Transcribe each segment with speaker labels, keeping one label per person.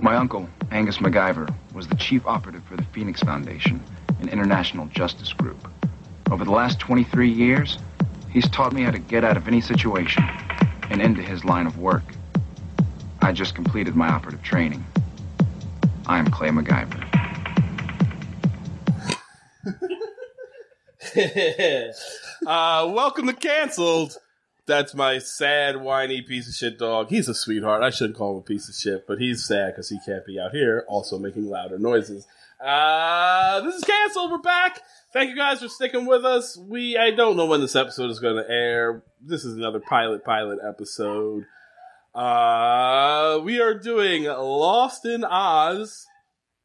Speaker 1: My uncle, Angus MacGyver, was the chief operative for the Phoenix Foundation, an international justice group. Over the last 23 years, he's taught me how to get out of any situation and into his line of work. I just completed my operative training. I am Clay MacGyver.
Speaker 2: uh, welcome to Cancelled. That's my sad, whiny piece of shit dog. He's a sweetheart. I shouldn't call him a piece of shit, but he's sad because he can't be out here also making louder noises. Uh, this is Cancelled. We're back. Thank you guys for sticking with us. We I don't know when this episode is going to air. This is another pilot pilot episode. Uh, we are doing Lost in Oz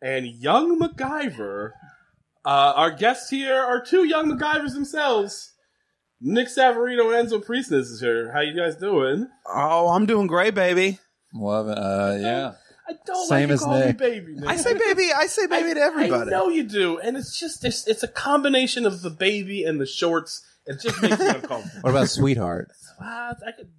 Speaker 2: and Young MacGyver. Uh, our guests here are two young MacGyvers themselves. Nick Savarino and Enzo Priestness is here. How you guys doing?
Speaker 3: Oh, I'm doing great, baby.
Speaker 4: Love it. Uh, yeah.
Speaker 2: I don't
Speaker 4: Same
Speaker 2: like
Speaker 4: as
Speaker 2: to call you
Speaker 4: Nick.
Speaker 2: baby. Nick.
Speaker 3: I say baby. I say baby to everybody.
Speaker 2: I know you do, and it's just it's, it's a combination of the baby and the shorts. It just makes me uncomfortable.
Speaker 4: What about sweetheart?
Speaker 2: Ah, I could.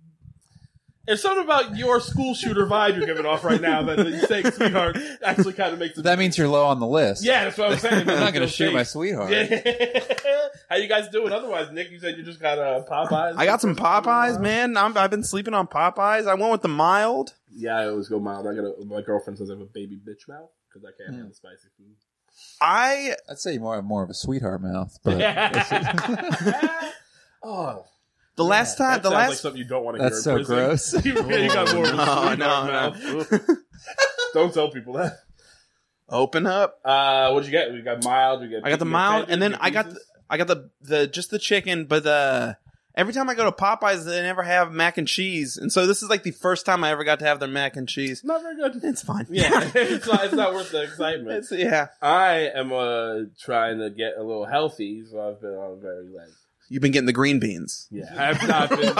Speaker 2: There's something about your school shooter vibe you're giving off right now that you saying sweetheart actually kind of makes it.
Speaker 4: That means you're low on the list.
Speaker 2: yeah, that's what I'm saying.
Speaker 4: I'm not going to
Speaker 2: Feels
Speaker 4: shoot
Speaker 2: safe.
Speaker 4: my sweetheart.
Speaker 2: Yeah. How you guys doing? Otherwise, Nick, you said you just got uh, Popeyes.
Speaker 3: I got some Popeyes, man. I'm, I've been sleeping on Popeyes. I went with the mild.
Speaker 2: Yeah, I always go mild. I got a, my girlfriend says I have a baby bitch mouth because I can't
Speaker 4: Hmm.
Speaker 2: handle spicy food.
Speaker 3: I
Speaker 4: I'd say you more more of a sweetheart mouth, but
Speaker 2: oh,
Speaker 3: the last time
Speaker 2: that
Speaker 3: the
Speaker 2: sounds like
Speaker 3: last
Speaker 2: something you don't want to hear.
Speaker 4: that's so
Speaker 2: in prison.
Speaker 4: gross.
Speaker 2: you really got more of a
Speaker 3: No,
Speaker 2: sweetheart
Speaker 3: no,
Speaker 2: mouth. don't tell people that.
Speaker 3: open up.
Speaker 2: Uh, what'd you get? We got mild. We got.
Speaker 3: I got the
Speaker 2: we
Speaker 3: mild,
Speaker 2: tender,
Speaker 3: and then
Speaker 2: we
Speaker 3: I got the,
Speaker 2: pieces.
Speaker 3: I got the the just the chicken, but the. Every time I go to Popeyes, they never have mac and cheese, and so this is like the first time I ever got to have their mac and cheese.
Speaker 2: not very good.
Speaker 3: It's fine.
Speaker 2: Yeah, it's, not, it's not worth the excitement.
Speaker 3: It's- yeah.
Speaker 2: I am uh trying to get a little healthy, so I've been on very like.
Speaker 3: You've been getting the green beans.
Speaker 2: Yeah, I've not been.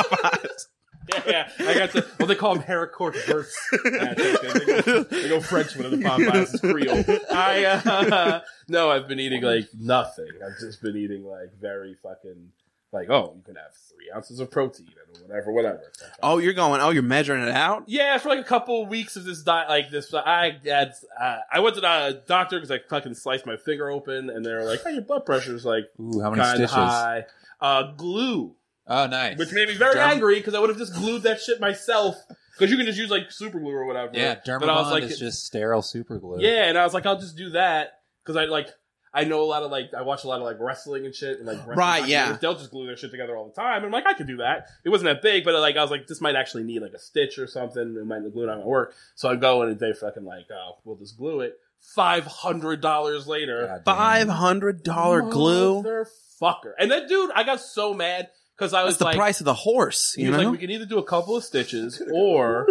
Speaker 2: yeah, yeah, I got the. Well, they call them haricot verts. Yeah, they, they go, they go French one of the Popeyes is Creole. I uh, no, I've been eating like nothing. I've just been eating like very fucking like oh, you can have three ounces of protein and whatever, whatever.
Speaker 3: Oh, you're going. Oh, you're measuring it out.
Speaker 2: Yeah, for like a couple of weeks of this diet, like this, I had, uh, I went to the doctor because I fucking sliced my finger open, and they were like, "Oh, your blood pressure's like
Speaker 4: Ooh, how many
Speaker 2: kind of
Speaker 4: stitches?
Speaker 2: high." Uh, glue,
Speaker 4: Oh, nice.
Speaker 2: which made me very
Speaker 4: Derm-
Speaker 2: angry because I would have just glued that shit myself. Because you can just use like super glue or whatever.
Speaker 4: yeah, Dermabond
Speaker 2: But I was like,
Speaker 4: is just sterile super glue.
Speaker 2: yeah, and I was like, I'll just do that because I like. I know a lot of like I watch a lot of like wrestling and shit and like wrestling
Speaker 3: Right, yeah.
Speaker 2: documentaries. they'll just glue their shit together all the time and I'm like I could do that it wasn't that big but like I was like this might actually need like a stitch or something it might the glue not gonna work so I go in and they fucking like oh we'll just glue it five hundred dollars later
Speaker 4: God damn.
Speaker 3: Five hundred dollar glue.
Speaker 2: Motherfucker. And that dude, I got so mad because I was
Speaker 3: That's the
Speaker 2: like,
Speaker 3: price of the horse.
Speaker 2: he
Speaker 3: You
Speaker 2: was
Speaker 3: know.
Speaker 2: like, we can either do a couple of stitches or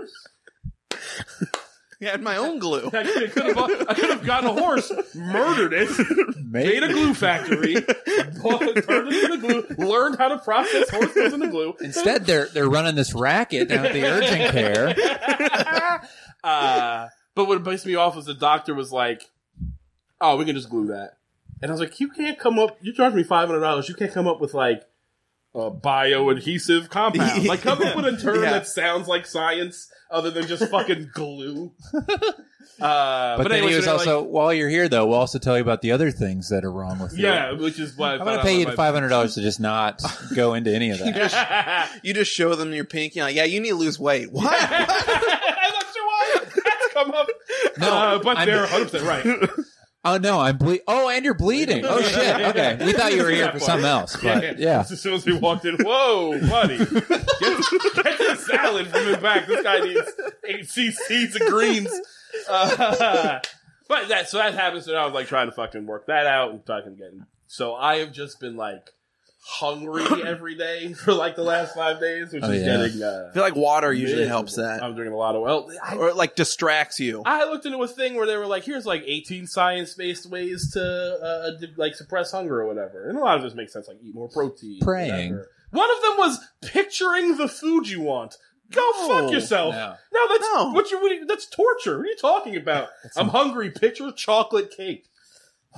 Speaker 3: Yeah, and my own glue.
Speaker 2: I could have I could have gotten a horse, murdered it,
Speaker 4: Made
Speaker 2: made a glue factory, bought, turned it into glue, learned how to process horses into glue.
Speaker 4: Instead, they're they're running this racket down at the urgent care.
Speaker 2: uh, but what pissed me off was the doctor was like, "Oh, we can just glue that," and I was like, "You can't come up. You charge me five hundred dollars. You can't come up with like a bioadhesive compound. Like, come up with a term
Speaker 3: Yeah.
Speaker 2: that sounds like science other than just fucking glue." uh,
Speaker 4: But, then
Speaker 2: anyway,
Speaker 4: he
Speaker 2: so
Speaker 4: was
Speaker 2: they're
Speaker 4: also,
Speaker 2: like,
Speaker 4: while you're here, though, we'll also tell you about the other things that are wrong with you.
Speaker 2: yeah, which is why I
Speaker 4: I'm
Speaker 2: found
Speaker 4: going to
Speaker 2: out
Speaker 4: pay you
Speaker 2: about my-
Speaker 4: five hundred dollars to just not go into any of that.
Speaker 3: You just show them your pinky. Like, yeah, you need to lose weight. What?
Speaker 2: I'm not sure why that's come up.
Speaker 4: No,
Speaker 2: Uh, but
Speaker 4: I'm-
Speaker 2: they're 100 percent right.
Speaker 4: Oh no, I'm ble- Oh, and you're bleeding. Oh shit. Okay, we thought you were here for something else, but yeah.
Speaker 2: As soon as we walked in, whoa, buddy, get, get the salad from the back. This guy needs eight cc's of greens. Uh, but that so that happens, and I was like trying to fucking work that out and fucking getting. So I have just been like hungry every day for like the last five days, which
Speaker 4: Oh,
Speaker 2: is
Speaker 4: yeah.
Speaker 2: getting. Uh,
Speaker 3: I feel like water usually helps
Speaker 2: miserable.
Speaker 3: that,
Speaker 2: I'm drinking a lot of well. I
Speaker 3: or it, like distracts you.
Speaker 2: I looked into a thing where they were like, "Here's like 18 science-based ways to uh, d- like suppress hunger or whatever," and a lot of this makes sense, like eat more protein.
Speaker 4: Praying.
Speaker 2: whatever. One of them was picturing the food you want. Go
Speaker 3: No.
Speaker 2: fuck yourself. No,
Speaker 4: No.
Speaker 2: that's
Speaker 3: No.
Speaker 2: what you. What are you- that's torture. What are you talking about? I'm hungry. Picture chocolate cake.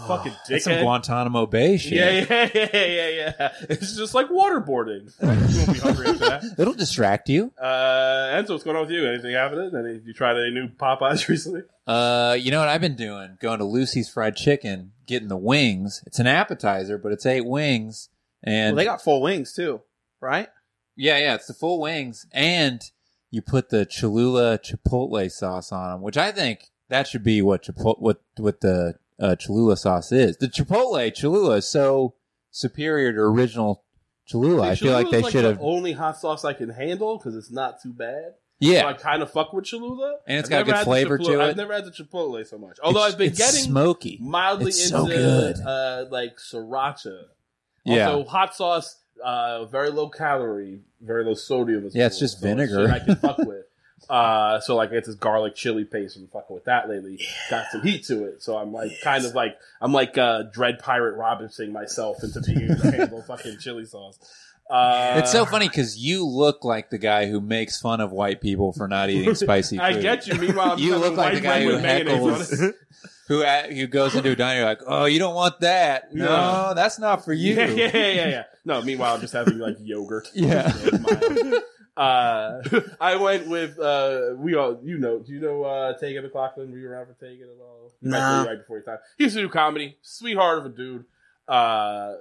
Speaker 2: Fucking dickhead.
Speaker 4: That's some Guantanamo Bay shit.
Speaker 2: yeah, yeah, yeah, yeah, yeah. It's just like waterboarding. You won't be hungry after that.
Speaker 4: It'll distract you.
Speaker 2: Uh, Enzo, what's going on with you? Anything happening? Any, you tried any new Popeyes recently?
Speaker 4: Uh, you know what I've been doing? Going to Lucy's Fried Chicken, getting the wings. It's an appetizer, but it's eight wings. And
Speaker 3: Well, they got full wings too, right?
Speaker 4: yeah, yeah, it's the full wings, and you put the Cholula Chipotle sauce on them, which I think that should be what Chipotle, what what the uh, Cholula sauce is. The Chipotle Cholula is so superior to original Cholula. I feel like
Speaker 2: Cholula's
Speaker 4: they should
Speaker 2: the
Speaker 4: have.
Speaker 2: only hot sauce I can handle because it's not too bad. So I
Speaker 4: Yeah,
Speaker 2: kind of fuck with Cholula,
Speaker 4: And it's
Speaker 2: I've
Speaker 4: got
Speaker 2: never
Speaker 4: good
Speaker 2: had the
Speaker 4: flavor to
Speaker 2: Chipotle-
Speaker 4: it.
Speaker 2: I've never had the Chipotle so much. Although
Speaker 4: It's-
Speaker 2: I've been
Speaker 4: it's
Speaker 2: getting
Speaker 4: smoky.
Speaker 2: mildly
Speaker 4: It's
Speaker 2: into
Speaker 4: so good.
Speaker 2: Uh, like sriracha.
Speaker 4: Yeah.
Speaker 2: Also, hot sauce, uh, very low calorie, very low sodium. As
Speaker 4: Yeah, it's
Speaker 2: well,
Speaker 4: just
Speaker 2: so it's
Speaker 4: vinegar.
Speaker 2: shit I can fuck with. Uh, so like it's this garlic chili paste. I'm fucking with that lately. Got some heat to it. So I'm like kind of like I'm like uh, Dread Pirate Robinson myself into being able to handle fucking chili sauce. Uh,
Speaker 4: it's so funny because you look like the guy who makes fun of white people for not eating spicy.
Speaker 2: I
Speaker 4: food.
Speaker 2: get you. Meanwhile, I'm
Speaker 4: You
Speaker 2: having
Speaker 4: look like the
Speaker 2: white
Speaker 4: guy
Speaker 2: men
Speaker 4: who
Speaker 2: with mayonnaise on
Speaker 4: heckles.
Speaker 2: it.
Speaker 4: who at, who goes into a diner like, oh, you don't want that. No,
Speaker 2: Yeah.
Speaker 4: that's not for you.
Speaker 2: Yeah, yeah, yeah, yeah, yeah. No, meanwhile, I'm just having like yogurt.
Speaker 4: Yeah.
Speaker 2: uh, I went with uh, we all you know do you know uh, Tegan McLaughlin? Were you around for Tegan at all? You might
Speaker 3: Nah.
Speaker 2: be Right before your time, he used to do comedy. Sweetheart of a dude. Uh,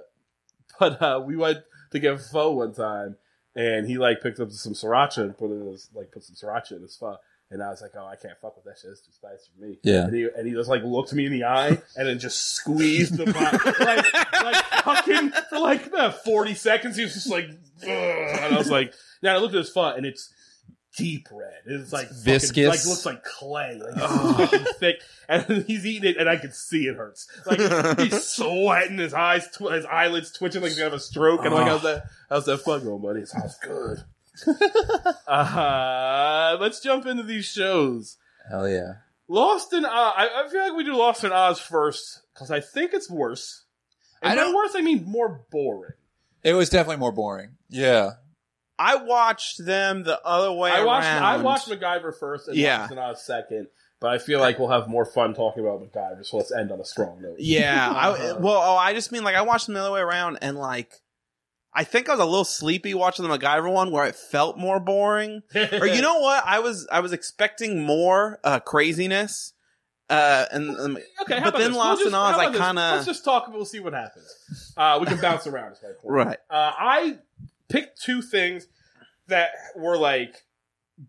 Speaker 2: but uh, we went to get pho one time, and he like picked up some sriracha and put it in his like put some sriracha in his pho. And I was like, oh, I can't fuck with that shit. It's too spicy for me.
Speaker 4: Yeah.
Speaker 2: And he, and he just like looked me in the eye and then just squeezed the bottle. like, like fucking for like uh, 40 seconds. He was just like, Ugh. and I was like, now I looked at his foot and it's deep red. It's like fucking-
Speaker 4: Viscous.
Speaker 2: like looks like clay. Like it's fucking thick. And he's eating it and I can see it hurts. Like he's sweating, his eyes, tw- his eyelids twitching like he's gonna have a stroke. And like, I was like, I was like, fuck going, buddy. It sounds good. uh, let's jump into these shows.
Speaker 4: Hell yeah.
Speaker 2: Lost in Oz. I, I feel like we do Lost in Oz first because I think it's worse. And
Speaker 4: I
Speaker 2: by
Speaker 4: don't-
Speaker 2: worse, I mean more boring.
Speaker 4: It was definitely more boring. Yeah.
Speaker 3: I watched them the other way
Speaker 2: I watched
Speaker 3: around.
Speaker 2: I watched MacGyver first and
Speaker 3: Yeah.
Speaker 2: Lost in Oz second, but I feel like we'll have more fun talking about MacGyver. So let's end on a strong note.
Speaker 3: Yeah, I well, oh, I just mean like I watched them the other way around, and like I think I was a little sleepy watching the MacGyver one, where it felt more boring. or you know what? I was I was expecting more uh, craziness, uh, and um,
Speaker 2: okay, how
Speaker 3: but
Speaker 2: about
Speaker 3: then
Speaker 2: this?
Speaker 3: Lost
Speaker 2: We'll
Speaker 3: in
Speaker 2: just-
Speaker 3: Oz,
Speaker 2: how
Speaker 3: I
Speaker 2: about this?
Speaker 3: kinda-
Speaker 2: let's just talk and we'll see what happens. Uh, we can bounce around. is my point.
Speaker 3: right?
Speaker 2: uh, I picked two things that were like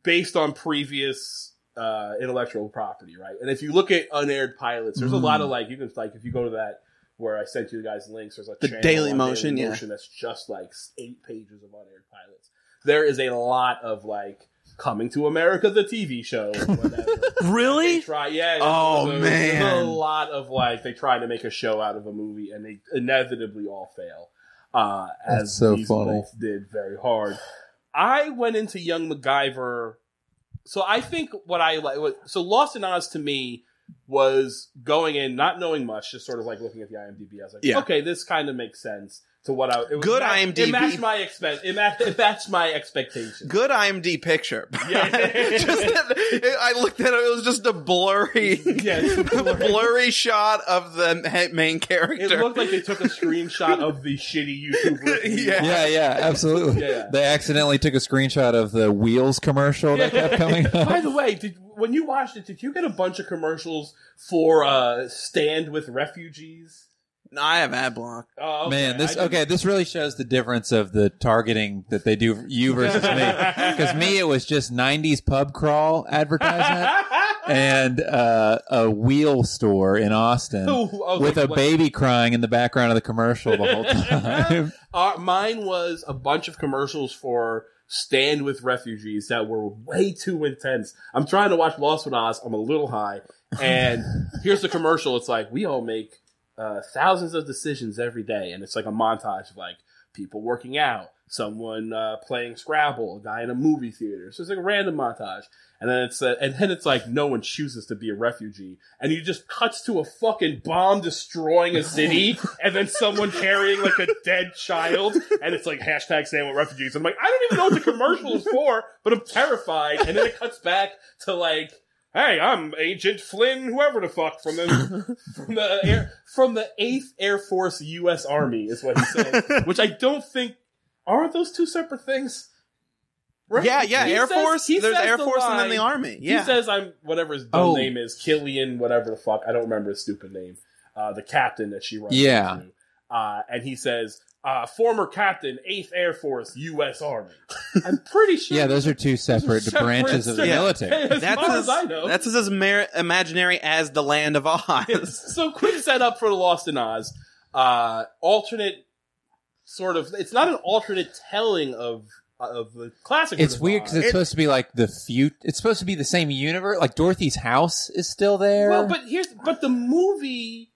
Speaker 2: based on previous uh, intellectual property, right? And if you look at unaired pilots, there's a
Speaker 4: Mm.
Speaker 2: lot of like you can like if you go to that where I sent you guys links, there's a
Speaker 3: The
Speaker 2: channel
Speaker 3: Daily
Speaker 2: on
Speaker 3: Motion, yeah.
Speaker 2: that's just like eight pages of unaired pilots. There is a lot of like coming to America, the TV show, or whatever. They
Speaker 3: Really?
Speaker 2: try, yeah.
Speaker 3: Oh,
Speaker 2: there's a- there's
Speaker 3: man.
Speaker 2: a lot of like they try to make a show out of a movie, and they inevitably all fail. Uh,
Speaker 4: That's
Speaker 2: as
Speaker 4: so
Speaker 2: these
Speaker 4: funny.
Speaker 2: both did very hard. I went into Young MacGyver, so I think what I like. What, so Lost in Oz to me was going in not knowing much, just sort of like looking at the IMDb. I was like,
Speaker 3: Yeah.
Speaker 2: okay, this kind of makes sense to what I. It was
Speaker 3: Good
Speaker 2: ma-
Speaker 3: IMDb.
Speaker 2: It matched my expense. It matched, it matched my expectations.
Speaker 3: Good IMD picture.
Speaker 2: Yeah.
Speaker 3: just that- I looked at it. It was just a blurry,
Speaker 2: Yeah, it's a blurry-
Speaker 3: blurry shot of the ma- main
Speaker 2: It
Speaker 3: character.
Speaker 2: looked like they took a screenshot of the shitty YouTube review.
Speaker 3: Yeah.
Speaker 4: Yeah, yeah, absolutely.
Speaker 2: Yeah.
Speaker 4: They accidentally took a screenshot of the wheels commercial that kept coming
Speaker 2: By
Speaker 4: up.
Speaker 2: the way, did, when you watched it, did you get a bunch of commercials for uh, Stand with Refugees?
Speaker 3: no, I have ad block.
Speaker 2: Oh, okay.
Speaker 4: Man, this
Speaker 2: I didn't-
Speaker 4: okay. This really shows the difference of the targeting that they do you versus me. Because me, it was just '90s pub crawl advertisement and uh, a wheel store in Austin
Speaker 2: Ooh, I was
Speaker 4: with
Speaker 2: like,
Speaker 4: a
Speaker 2: what?
Speaker 4: baby crying in the background of the commercial the whole time.
Speaker 2: Uh, mine was a bunch of commercials for Stand with Refugees that were way too intense. I'm trying to watch Lost with Oz. I'm a little high. And here's the commercial. It's like, we all make uh, thousands of decisions every day. And it's like a montage of like people working out, someone uh, playing Scrabble, a guy in a movie theater. So it's like a random montage. And then it's uh, and then it's like no one chooses to be a refugee, and you just cuts to a fucking bomb destroying a city, and then someone carrying like a dead child, and it's like hashtag stand with refugees. And I'm like, I don't even know what the commercial is for, but I'm terrified. And then it cuts back to like. "Hey, I'm Agent Flynn, whoever the fuck from the from the air, from the Eighth Air Force U.S. Army," is what he said. Which I don't think are those two separate things. Right?
Speaker 3: Yeah, yeah.
Speaker 2: He
Speaker 3: Air
Speaker 2: says-
Speaker 3: Force.
Speaker 2: he
Speaker 3: There's
Speaker 2: says
Speaker 3: Air Force and then the
Speaker 2: line-
Speaker 3: Army. Yeah.
Speaker 2: He says I'm whatever his dumb
Speaker 4: Oh.
Speaker 2: name is, Killian, whatever the fuck. I don't remember his stupid name. Uh, the captain that she runs
Speaker 4: Yeah.
Speaker 2: into. Uh, and he says, uh, former captain, Eighth Air Force, U.S. Army. I'm pretty sure.
Speaker 4: Yeah, those are two separate, branches of the
Speaker 2: separate-
Speaker 4: military.
Speaker 2: As
Speaker 3: that's
Speaker 2: far as,
Speaker 3: as,
Speaker 2: I know.
Speaker 3: that's as mer- imaginary as the Land of Oz.
Speaker 2: so quick setup for Lost in Oz. Uh, alternate sort of. It's not an alternate telling of of the classic. Wizard
Speaker 4: It's
Speaker 2: of
Speaker 4: weird because
Speaker 2: Oz.
Speaker 4: it's supposed to be like the few. It's supposed to be the same universe. Like Dorothy's house is still there.
Speaker 2: Well, but here's but the movie.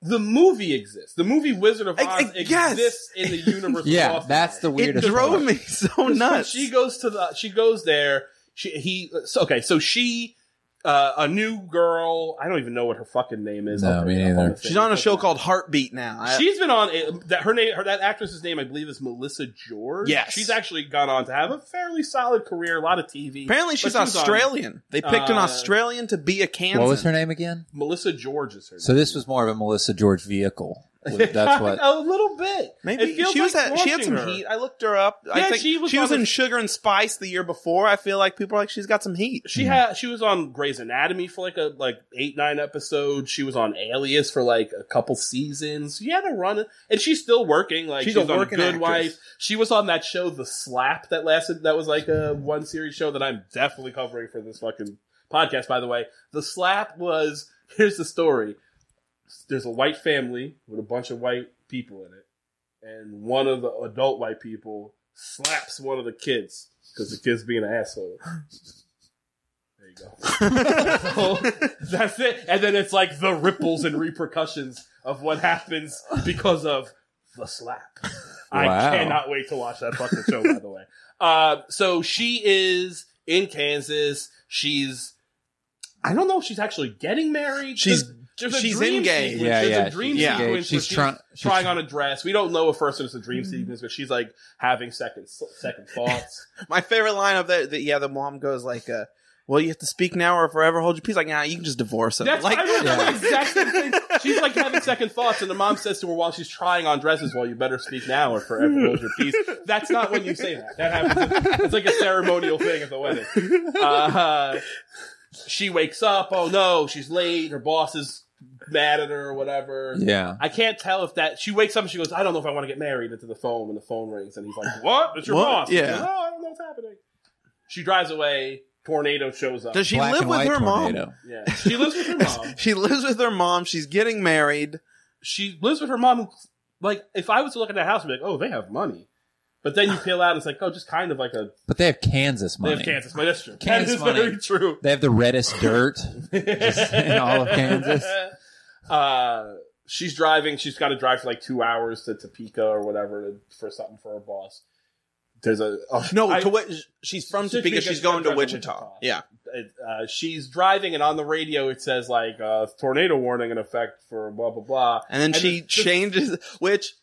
Speaker 2: The movie exists. The movie Wizard of
Speaker 3: I-
Speaker 2: Oz
Speaker 3: I- yes.
Speaker 2: exists in the universe. of
Speaker 4: yeah,
Speaker 2: Lost in
Speaker 4: that's
Speaker 2: Oz.
Speaker 4: the
Speaker 3: It
Speaker 4: weirdest.
Speaker 3: drove
Speaker 4: part.
Speaker 3: me so
Speaker 2: So
Speaker 3: nuts.
Speaker 2: She goes to the. She goes there. She he. So, okay, so she, uh, a new girl. I don't even know what her fucking name is.
Speaker 4: No,
Speaker 2: I'll
Speaker 4: me
Speaker 2: bring it up
Speaker 4: neither.
Speaker 2: the thing.
Speaker 3: She's on a show called Heartbeat now. I-
Speaker 2: She's been on a, that. Her name, her, that actress's name, I believe, is Melissa George.
Speaker 3: Yes.
Speaker 2: she's actually gone on to have a fairly solid career, a lot of TV.
Speaker 3: apparently,
Speaker 2: But
Speaker 3: she's
Speaker 2: she was on-
Speaker 3: Australian. they picked an
Speaker 2: uh,
Speaker 3: Australian to be a Kansas.
Speaker 4: What was her name again?
Speaker 2: Melissa George is her. name.
Speaker 4: So this was more of a Melissa George vehicle. That's what.
Speaker 2: a little bit.
Speaker 3: Maybe
Speaker 2: It feels
Speaker 3: she was.
Speaker 2: like
Speaker 3: at, she had
Speaker 2: watching
Speaker 3: some
Speaker 2: her.
Speaker 3: heat. I looked her up. I
Speaker 2: Yeah,
Speaker 3: think she
Speaker 2: she
Speaker 3: was,
Speaker 2: was on
Speaker 3: in
Speaker 2: the-
Speaker 3: Sugar and Spice the year before. I feel like people are like she's got some heat.
Speaker 2: She had she was on Grey's Anatomy for like a like eight nine episodes. She was on Alias for like a couple seasons. She had a run, and she's still working. Like
Speaker 3: She's
Speaker 2: she's,
Speaker 3: a
Speaker 2: on
Speaker 3: working
Speaker 2: Good
Speaker 3: actress.
Speaker 2: Wife. She was on that show, The Slap, that lasted. That was like a one series show that I'm definitely covering for this fucking podcast. By the way, The Slap was here's the story. There's a white family with a bunch of white people in it, and one of the adult white people slaps one of the kids because the kid's being an asshole. There you go. That's it. And then it's like the ripples and repercussions of what happens because of the slap.
Speaker 4: Wow.
Speaker 2: I cannot wait to watch that fucking show, by the way. Uh, so she is in Kansas. She's, I don't know if she's actually getting married.
Speaker 3: She's-
Speaker 2: There's a
Speaker 3: she's
Speaker 2: dream
Speaker 3: engaged.
Speaker 2: sequence.
Speaker 4: Yeah,
Speaker 2: There's
Speaker 4: yeah,
Speaker 2: a dream
Speaker 3: she's
Speaker 2: sequence.
Speaker 4: engaged.
Speaker 2: where
Speaker 4: She's try- she's- Mm-hmm.
Speaker 2: trying on a dress. We don't know at first if it's a dream sequence, but she's like having second second thoughts.
Speaker 3: My favorite line of that, that yeah, the mom goes like, uh, "Well, you have to speak now or forever hold your peace." Like, nah, you can just divorce him.
Speaker 2: That's
Speaker 3: like,
Speaker 2: I wrote down the exact same thing. She's like having second thoughts, and the mom says to her while she's trying on dresses, "Well, you better speak now or forever hold your peace." That's not when you say that. That happens. It's like a ceremonial thing at the wedding. Uh, she wakes up. Oh no, she's late. Her boss is mad at her or whatever.
Speaker 4: Yeah.
Speaker 2: I can't tell if that. She wakes up and she goes, "I don't know if I want to get married." Into the phone when the phone rings, and he's like, "What? It's your
Speaker 3: What?
Speaker 2: boss." She
Speaker 3: Yeah.
Speaker 2: goes, oh, I don't know what's happening. She drives away. Tornado shows up.
Speaker 3: does she
Speaker 4: Black
Speaker 3: live
Speaker 4: and
Speaker 3: with
Speaker 4: white
Speaker 3: her
Speaker 4: tornado.
Speaker 3: mom?
Speaker 2: yeah, she lives with her mom.
Speaker 3: She lives with her mom. She's getting married.
Speaker 2: she lives with her mom. who- Like, if I was to look at that house, I'd be like, oh, they have money. But then you peel out, and it's like, oh, just kind of like a
Speaker 4: But they have Kansas money.
Speaker 2: they have Kansas money. That's true.
Speaker 4: Kansas
Speaker 2: that is
Speaker 4: money.
Speaker 2: very true.
Speaker 4: They have the reddest dirt just in all of Kansas.
Speaker 2: Uh, she's driving. She's got to drive for like two hours to Topeka or whatever to, for something for her boss. There's a oh,
Speaker 3: No,
Speaker 2: I-
Speaker 3: to what? She's from
Speaker 2: She's
Speaker 3: Topeka. She's going to
Speaker 2: from
Speaker 3: Wichita.
Speaker 2: Wichita.
Speaker 3: Yeah,
Speaker 2: uh, she's driving, and on the radio it says like uh, tornado warning in effect for blah blah blah.
Speaker 3: and then she
Speaker 2: the- the-
Speaker 3: changes, which.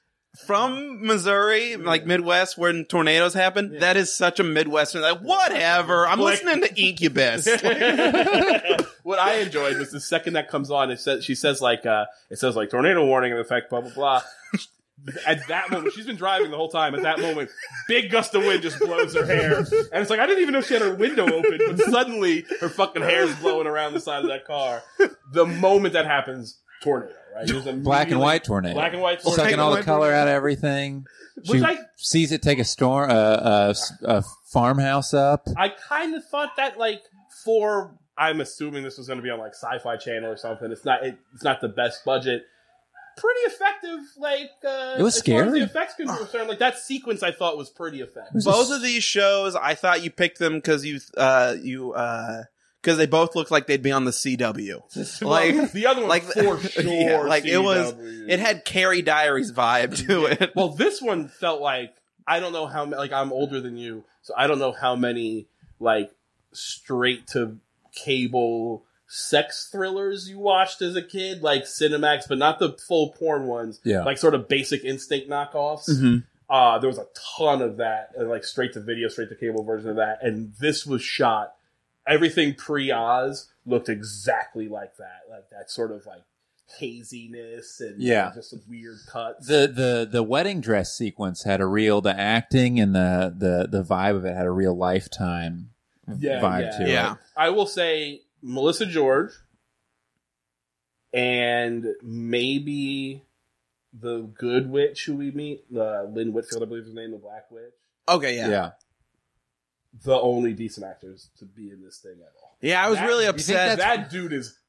Speaker 3: From Missouri, like Midwest, where tornadoes happen,
Speaker 2: Yeah.
Speaker 3: that is such a Midwestern. Like, whatever. I'm
Speaker 2: Click.
Speaker 3: listening to Incubus.
Speaker 2: what I enjoyed was the second that comes on, it says she says like uh, it says like tornado warning in effect, blah blah blah. At that moment, she's been driving the whole time. At that moment, big gust of wind just blows her hair, and it's like I didn't even know she had her window open, but suddenly her fucking hair is blowing around the side of that car. The moment that happens, tornado, right? There's a
Speaker 4: Black and
Speaker 2: immediate-
Speaker 4: white tornado.
Speaker 2: black and white tornado.
Speaker 4: Sucking all the color out of everything.
Speaker 2: Which
Speaker 4: she
Speaker 2: I-
Speaker 4: sees it take a storm, uh, uh, s- a farmhouse up.
Speaker 2: I kind of thought that like for I'm assuming this was going to be on like Sci-Fi Channel or something. It's not. It, it's not the best budget. Pretty effective. Like uh,
Speaker 4: It was
Speaker 2: as far as
Speaker 4: scary.
Speaker 2: the effects con- concerned, like that sequence I thought was pretty effective.
Speaker 3: both of these shows i thought you picked them because you uh you uh because they both looked like they'd be on the cw like-
Speaker 2: the other one,
Speaker 3: like-
Speaker 2: like for sure,
Speaker 3: yeah, like, it was-
Speaker 2: CW.
Speaker 3: it had carrie diaries vibe to it
Speaker 2: Well, this one felt like I don't know how ma- like I'm older than you, so I don't know how many like straight to cable sex thrillers you watched as a kid, like Cinemax, but not the full porn ones.
Speaker 4: Yeah. Mm-hmm.
Speaker 2: like sort of basic instinct knockoffs. Uh, there was a ton of that, uh, like straight to video, straight to cable version of that, and this was shot everything pre Oz looked exactly like that, like that sort of like haziness and
Speaker 4: Yeah.
Speaker 2: just some weird cuts.
Speaker 4: The, the the wedding dress sequence had a real the acting and the the, the vibe of it had a real lifetime
Speaker 2: Yeah,
Speaker 4: vibe
Speaker 2: yeah.
Speaker 4: to
Speaker 3: yeah.
Speaker 4: it.
Speaker 2: I will say Melissa George and maybe the good witch who we meet, uh, Lynn Whitfield, I believe is her name, the Black Witch.
Speaker 3: Okay, yeah.
Speaker 4: Yeah.
Speaker 3: yeah.
Speaker 2: The only decent actors to be in this thing at all.
Speaker 3: I was
Speaker 2: That-
Speaker 3: really
Speaker 2: you think
Speaker 3: upset.
Speaker 2: That dude is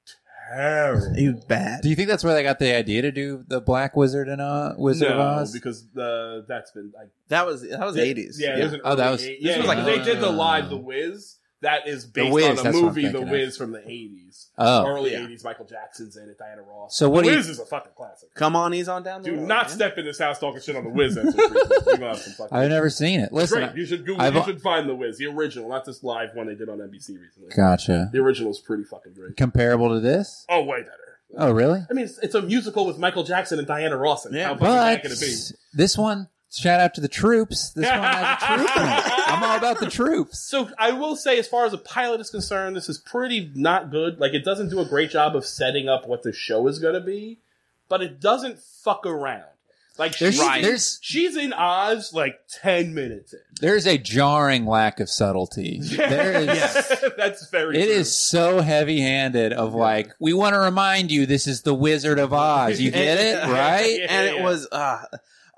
Speaker 2: terrible.
Speaker 3: He was bad.
Speaker 4: Do you think that's where they got the idea to do the Black Wizard and uh, Wizard of
Speaker 2: No,
Speaker 4: Oz?
Speaker 2: because uh, that's been like
Speaker 3: That was that was
Speaker 2: They-
Speaker 3: eighties.
Speaker 2: Yeah, there's an
Speaker 4: Oh, that
Speaker 2: early
Speaker 4: was-
Speaker 2: eight-
Speaker 4: this
Speaker 2: yeah,
Speaker 3: was
Speaker 2: like
Speaker 3: like-
Speaker 2: they did the
Speaker 4: Oh.
Speaker 2: live The Wiz. That is based
Speaker 4: Wiz,
Speaker 2: on a
Speaker 4: that's what I'm
Speaker 2: movie, The
Speaker 4: thinking of.
Speaker 2: Wiz from the '80s,
Speaker 4: oh,
Speaker 2: early
Speaker 3: yeah.
Speaker 2: '80s. Michael Jackson's in it. Diana Ross.
Speaker 4: So what
Speaker 2: the
Speaker 4: do you-
Speaker 2: Wiz is a fucking classic.
Speaker 3: Come on, he's on down the
Speaker 2: Do
Speaker 3: road,
Speaker 2: not
Speaker 3: man.
Speaker 2: step in this house talking shit on The Wiz. That's what we're doing. We're gonna have some fucking.
Speaker 4: I've never seen it. Listen,
Speaker 2: Great. You should Google.
Speaker 4: I've-
Speaker 2: you should find The Wiz, the original, not this live one they did on NBC recently.
Speaker 4: gotcha.
Speaker 2: The original's pretty fucking great.
Speaker 4: Comparable to this?
Speaker 2: Oh, way better.
Speaker 4: Oh, really?
Speaker 2: I mean, it's, it's a musical with Michael Jackson and Diana Ross. in it.
Speaker 3: Yeah.
Speaker 2: How fucking bad
Speaker 4: But
Speaker 2: can it be?
Speaker 4: this one, shout out to the troops. This one has a troop in it. I'm all about the troops.
Speaker 2: So I will say, as far as a pilot is concerned, this is pretty not good. Like it doesn't do a great job of setting up what the show is going to be, but it doesn't fuck around. Like
Speaker 4: There's,
Speaker 2: she's, in,
Speaker 4: there's
Speaker 2: she's in Oz like ten minutes in.
Speaker 4: there's a jarring lack of subtlety. There is.
Speaker 2: that's very.
Speaker 4: It
Speaker 2: true.
Speaker 4: is so heavy-handed of like we want to remind you this is the Wizard of Oz. You get it, right?
Speaker 2: Yeah,
Speaker 3: and it
Speaker 2: yeah.
Speaker 3: was uh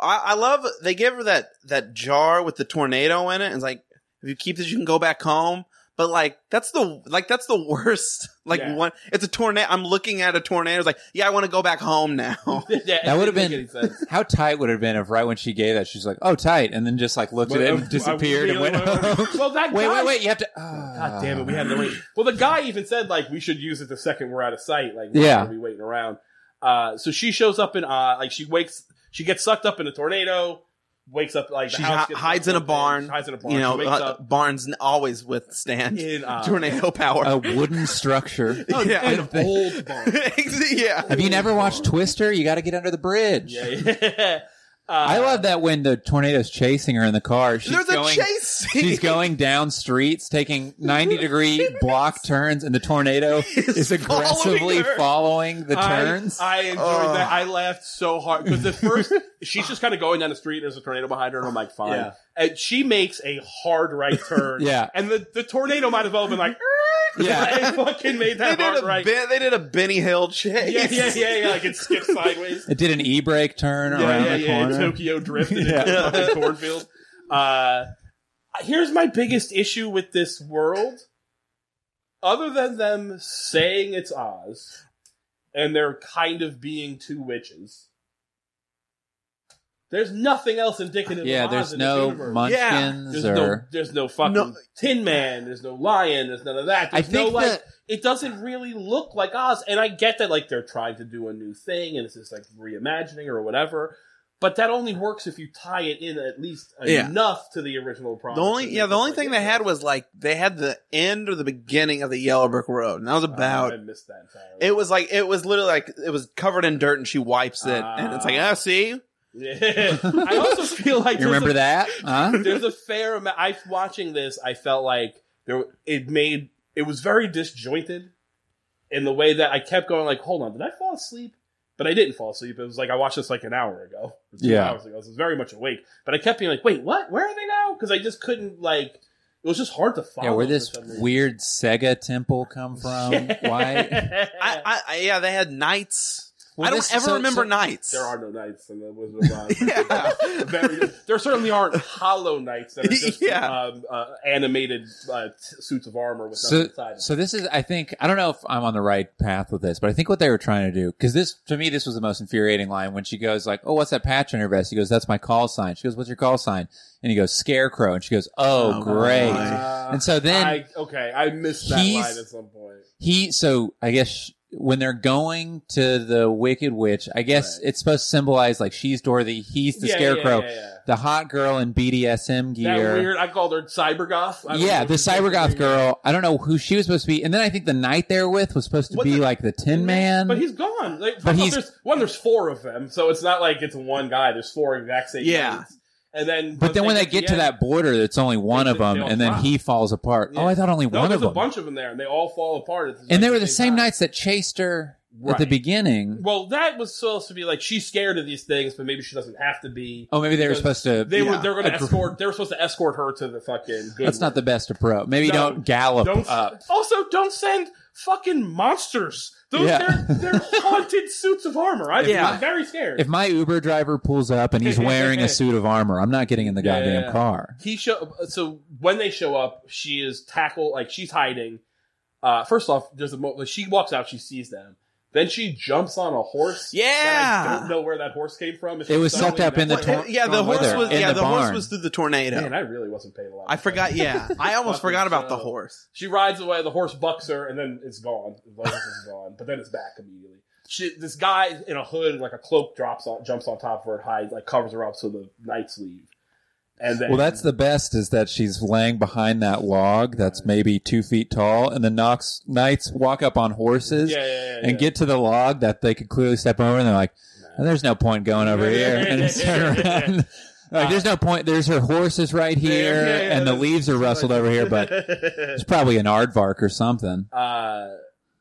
Speaker 3: I, I love they gave her that that jar with the tornado in it and it's like if you keep this you can go back home but like that's the like that's the worst like
Speaker 2: Yeah.
Speaker 3: one it's a tornado i'm looking at a tornado it's like yeah i want to go back home now
Speaker 2: Yeah, it
Speaker 4: That would
Speaker 2: didn't
Speaker 4: have been
Speaker 2: make any sense.
Speaker 4: how tight would it have been if right when she gave that she's like, "Oh, tight," and then just like looked at
Speaker 2: But,
Speaker 4: it
Speaker 2: um,
Speaker 4: and disappeared
Speaker 2: I
Speaker 4: and went
Speaker 2: really-
Speaker 4: home.
Speaker 2: Well, that
Speaker 4: wait,
Speaker 2: guy-
Speaker 4: wait, wait! You have to.
Speaker 2: "Oh,
Speaker 4: uh,
Speaker 2: God damn it, we
Speaker 4: Ah.
Speaker 2: had to wait. Well, the guy even said like we should use it the second we're out of sight. Like we're
Speaker 4: Yeah.
Speaker 2: gonna be waiting around. Uh, so she shows up in uh, like she wakes, she gets sucked up in a tornado, wakes up like the
Speaker 3: She
Speaker 2: house
Speaker 3: hi-
Speaker 2: gets
Speaker 3: hides in a barn,
Speaker 2: She hides in a barn.
Speaker 3: you
Speaker 2: she
Speaker 3: know
Speaker 2: wakes
Speaker 3: uh,
Speaker 2: up
Speaker 3: barnes n- always withstand
Speaker 2: in uh,
Speaker 3: tornado power
Speaker 4: a wooden structure.
Speaker 3: Oh, yeah.
Speaker 2: an old barn.
Speaker 3: yeah
Speaker 4: Have you never watched Twister? You got to get under the bridge.
Speaker 2: yeah, yeah. Uh,
Speaker 4: I love that when the tornado's chasing her in the car. She's
Speaker 3: there's
Speaker 4: going,
Speaker 3: a chase scene.
Speaker 4: She's going down streets, taking 90 degree block turns, and the tornado is aggressively
Speaker 3: following her.
Speaker 4: following, the turns.
Speaker 2: I, I enjoyed
Speaker 3: Ugh.
Speaker 2: that. I laughed so hard because at first she's just kind of going down the street. and There's a tornado behind her, and I'm like, fine.
Speaker 4: Yeah.
Speaker 2: And she makes a hard right turn.
Speaker 4: Yeah.
Speaker 2: and the, the tornado might have all been like,
Speaker 4: yeah.
Speaker 2: and fucking made
Speaker 3: they
Speaker 2: that
Speaker 3: did,
Speaker 2: hard
Speaker 3: a
Speaker 2: right.
Speaker 3: ben, they did a benny hill chase
Speaker 2: Yeah, yeah, yeah, yeah. Like it skipped sideways.
Speaker 4: It did an e brake turn around
Speaker 2: yeah, yeah,
Speaker 4: the
Speaker 2: yeah.
Speaker 4: corner.
Speaker 2: Tokyo drifted
Speaker 4: Yeah.
Speaker 2: into a fucking cornfield. Uh, here's my biggest issue with this world. Other than them saying it's Oz, and they're kind of being two witches. There's nothing else indicative.
Speaker 4: Yeah,
Speaker 2: of Oz
Speaker 4: there's
Speaker 2: in
Speaker 4: no
Speaker 2: this universe.
Speaker 4: munchkins
Speaker 2: There's no,
Speaker 4: or.
Speaker 2: there's no fucking
Speaker 3: No.
Speaker 2: Tin Man. There's no lion. There's none of that.
Speaker 4: I
Speaker 2: There's no
Speaker 4: think
Speaker 2: like
Speaker 4: that
Speaker 2: it doesn't really look like Oz. And I get that like they're trying to do a new thing and it's just like reimagining or whatever. But that only works if you tie it in at least
Speaker 3: Yeah.
Speaker 2: enough to the original promise.
Speaker 3: The only
Speaker 2: and
Speaker 3: yeah, the
Speaker 2: stuff
Speaker 3: only
Speaker 2: like
Speaker 3: thing
Speaker 2: that.
Speaker 3: they had was like they had the end or the beginning of the Yellow Brick Road, and that was
Speaker 2: Oh,
Speaker 3: about.
Speaker 2: I missed that entirely.
Speaker 3: it was like it was literally like it was covered in dirt, and she wipes it, and it's like
Speaker 2: Ah.
Speaker 3: ah, see,
Speaker 2: Yeah. I also feel like
Speaker 4: You
Speaker 2: there's
Speaker 4: remember
Speaker 2: a,
Speaker 4: that? Huh?
Speaker 2: There's a fair amount. I watching this, I felt like there it made it was very disjointed in the way that I kept going like, hold on, did I fall asleep? But I didn't fall asleep. It was like I watched this like an hour ago, or two
Speaker 4: Yeah.
Speaker 2: hours ago. So I was very much awake, but I kept being like, wait, what? Where are they now? Because I just couldn't like. It was just hard to follow.
Speaker 4: Yeah, where
Speaker 2: for
Speaker 4: this
Speaker 2: some reason.
Speaker 4: weird Sega temple come from? Why?
Speaker 3: I, I, I yeah, they had nights.
Speaker 4: Well,
Speaker 3: I don't
Speaker 4: this-
Speaker 3: ever
Speaker 4: so-
Speaker 3: remember
Speaker 4: so-
Speaker 3: nights.
Speaker 2: There are no nights in the Wizard of Oz.
Speaker 3: Yeah.
Speaker 2: Very- there certainly aren't hollow knights that are just
Speaker 3: Yeah.
Speaker 2: um, uh, animated uh, t- suits of armor with nothing
Speaker 4: so,
Speaker 2: inside. of
Speaker 4: so this is i think i don't know if i'm on the right path with this but i think what they were trying to do because this to me this was the most infuriating line when she goes like oh what's that patch on her vest he goes that's my call sign she goes what's your call sign and he goes scarecrow and she goes oh,
Speaker 3: Oh,
Speaker 4: great
Speaker 3: my.
Speaker 2: Uh,
Speaker 4: and so then
Speaker 2: I, okay, I missed that
Speaker 4: he's-
Speaker 2: line at some point.
Speaker 4: he so i guess sh- when they're going to the wicked witch i guess
Speaker 2: Right.
Speaker 4: it's supposed to symbolize like she's dorothy he's the
Speaker 2: Yeah,
Speaker 4: scarecrow
Speaker 2: yeah, yeah,
Speaker 4: the hot girl in bdsm
Speaker 2: yeah.
Speaker 4: gear
Speaker 2: That weird. I called her Cybergoth. I don't
Speaker 4: yeah,
Speaker 2: know
Speaker 4: the
Speaker 2: if you-
Speaker 4: cybergoth girl. I don't know who she was supposed to be, and then I think the knight they're with was supposed to
Speaker 2: What
Speaker 4: be
Speaker 2: the-
Speaker 4: like the Tin Man.
Speaker 2: But he's gone. Like,
Speaker 4: But
Speaker 2: but
Speaker 4: he's-
Speaker 2: there's, one, there's four of them, so it's not like it's one guy. There's four exact same.
Speaker 3: Yeah.
Speaker 2: guys. and then
Speaker 4: But then when they
Speaker 2: at the
Speaker 4: get to
Speaker 2: end-
Speaker 4: that border, it's only one
Speaker 2: they-
Speaker 4: of them,
Speaker 2: they all
Speaker 4: and then
Speaker 2: drop.
Speaker 4: he falls apart.
Speaker 2: Yeah.
Speaker 4: Oh, I thought only
Speaker 2: no,
Speaker 4: one
Speaker 2: there's
Speaker 4: of
Speaker 2: a
Speaker 4: them.
Speaker 2: bunch of them there, and they all fall apart. At
Speaker 4: and they were the
Speaker 2: same
Speaker 4: same
Speaker 2: time.
Speaker 4: knights that chased her
Speaker 2: Right.
Speaker 4: at the beginning.
Speaker 2: Well, that was supposed to be like she's scared of these things, but maybe she doesn't have to be.
Speaker 4: Oh, maybe they were
Speaker 2: Because
Speaker 4: supposed to.
Speaker 2: They were
Speaker 3: yeah.
Speaker 2: they were going to
Speaker 4: Agr-
Speaker 2: escort. They were supposed to escort her to the fucking.
Speaker 4: That's not the best approach. Maybe
Speaker 2: No.
Speaker 4: don't gallop
Speaker 2: Don't
Speaker 4: up.
Speaker 2: also don't send fucking monsters. Those
Speaker 4: Yeah.
Speaker 2: they're, they're haunted suits of armor. I'm
Speaker 3: Yeah.
Speaker 2: very scared.
Speaker 4: If my Uber driver pulls up and he's wearing a suit of armor, I'm not getting in the
Speaker 2: Yeah,
Speaker 4: goddamn
Speaker 2: yeah.
Speaker 4: car.
Speaker 2: he show so when they show up, she is tackled like she's hiding. Uh, first off, there's a mo- like, she walks out, she sees them. Then she jumps on a horse. that I
Speaker 3: Yeah.
Speaker 2: don't know where that horse came from. If
Speaker 4: It
Speaker 2: she
Speaker 4: was
Speaker 2: suddenly
Speaker 4: sucked up in the
Speaker 2: met-
Speaker 4: tor-
Speaker 3: yeah, the
Speaker 4: Gone with
Speaker 3: horse
Speaker 4: her.
Speaker 3: was
Speaker 4: In
Speaker 3: yeah,
Speaker 4: the
Speaker 3: the, horse
Speaker 4: barn.
Speaker 3: was through the tornado.
Speaker 2: Man, I really wasn't paying a lot.
Speaker 3: I forgot. Yeah, I almost
Speaker 2: Fucking
Speaker 3: forgot about the
Speaker 2: show.
Speaker 3: horse.
Speaker 2: She rides away. The horse bucks her, and then it's gone. The horse is gone, but then it's back immediately. She, this guy in a hood, like a cloak, drops on, jumps on top of her, and hides, like covers her up so the knights leave. And then,
Speaker 4: Well, that's the best is that she's laying behind that log that's maybe two feet tall, and the Knox knights walk up on horses
Speaker 2: yeah, yeah, yeah,
Speaker 4: and get to the log that they could clearly step over, and they're like, "Oh, "There's no point going over here." And it's turned around. Like, there's no point. There's her horses right here,
Speaker 2: yeah, yeah,
Speaker 4: and the
Speaker 2: that's-
Speaker 4: leaves are rustled over here, but it's probably an aardvark or something.
Speaker 2: uh,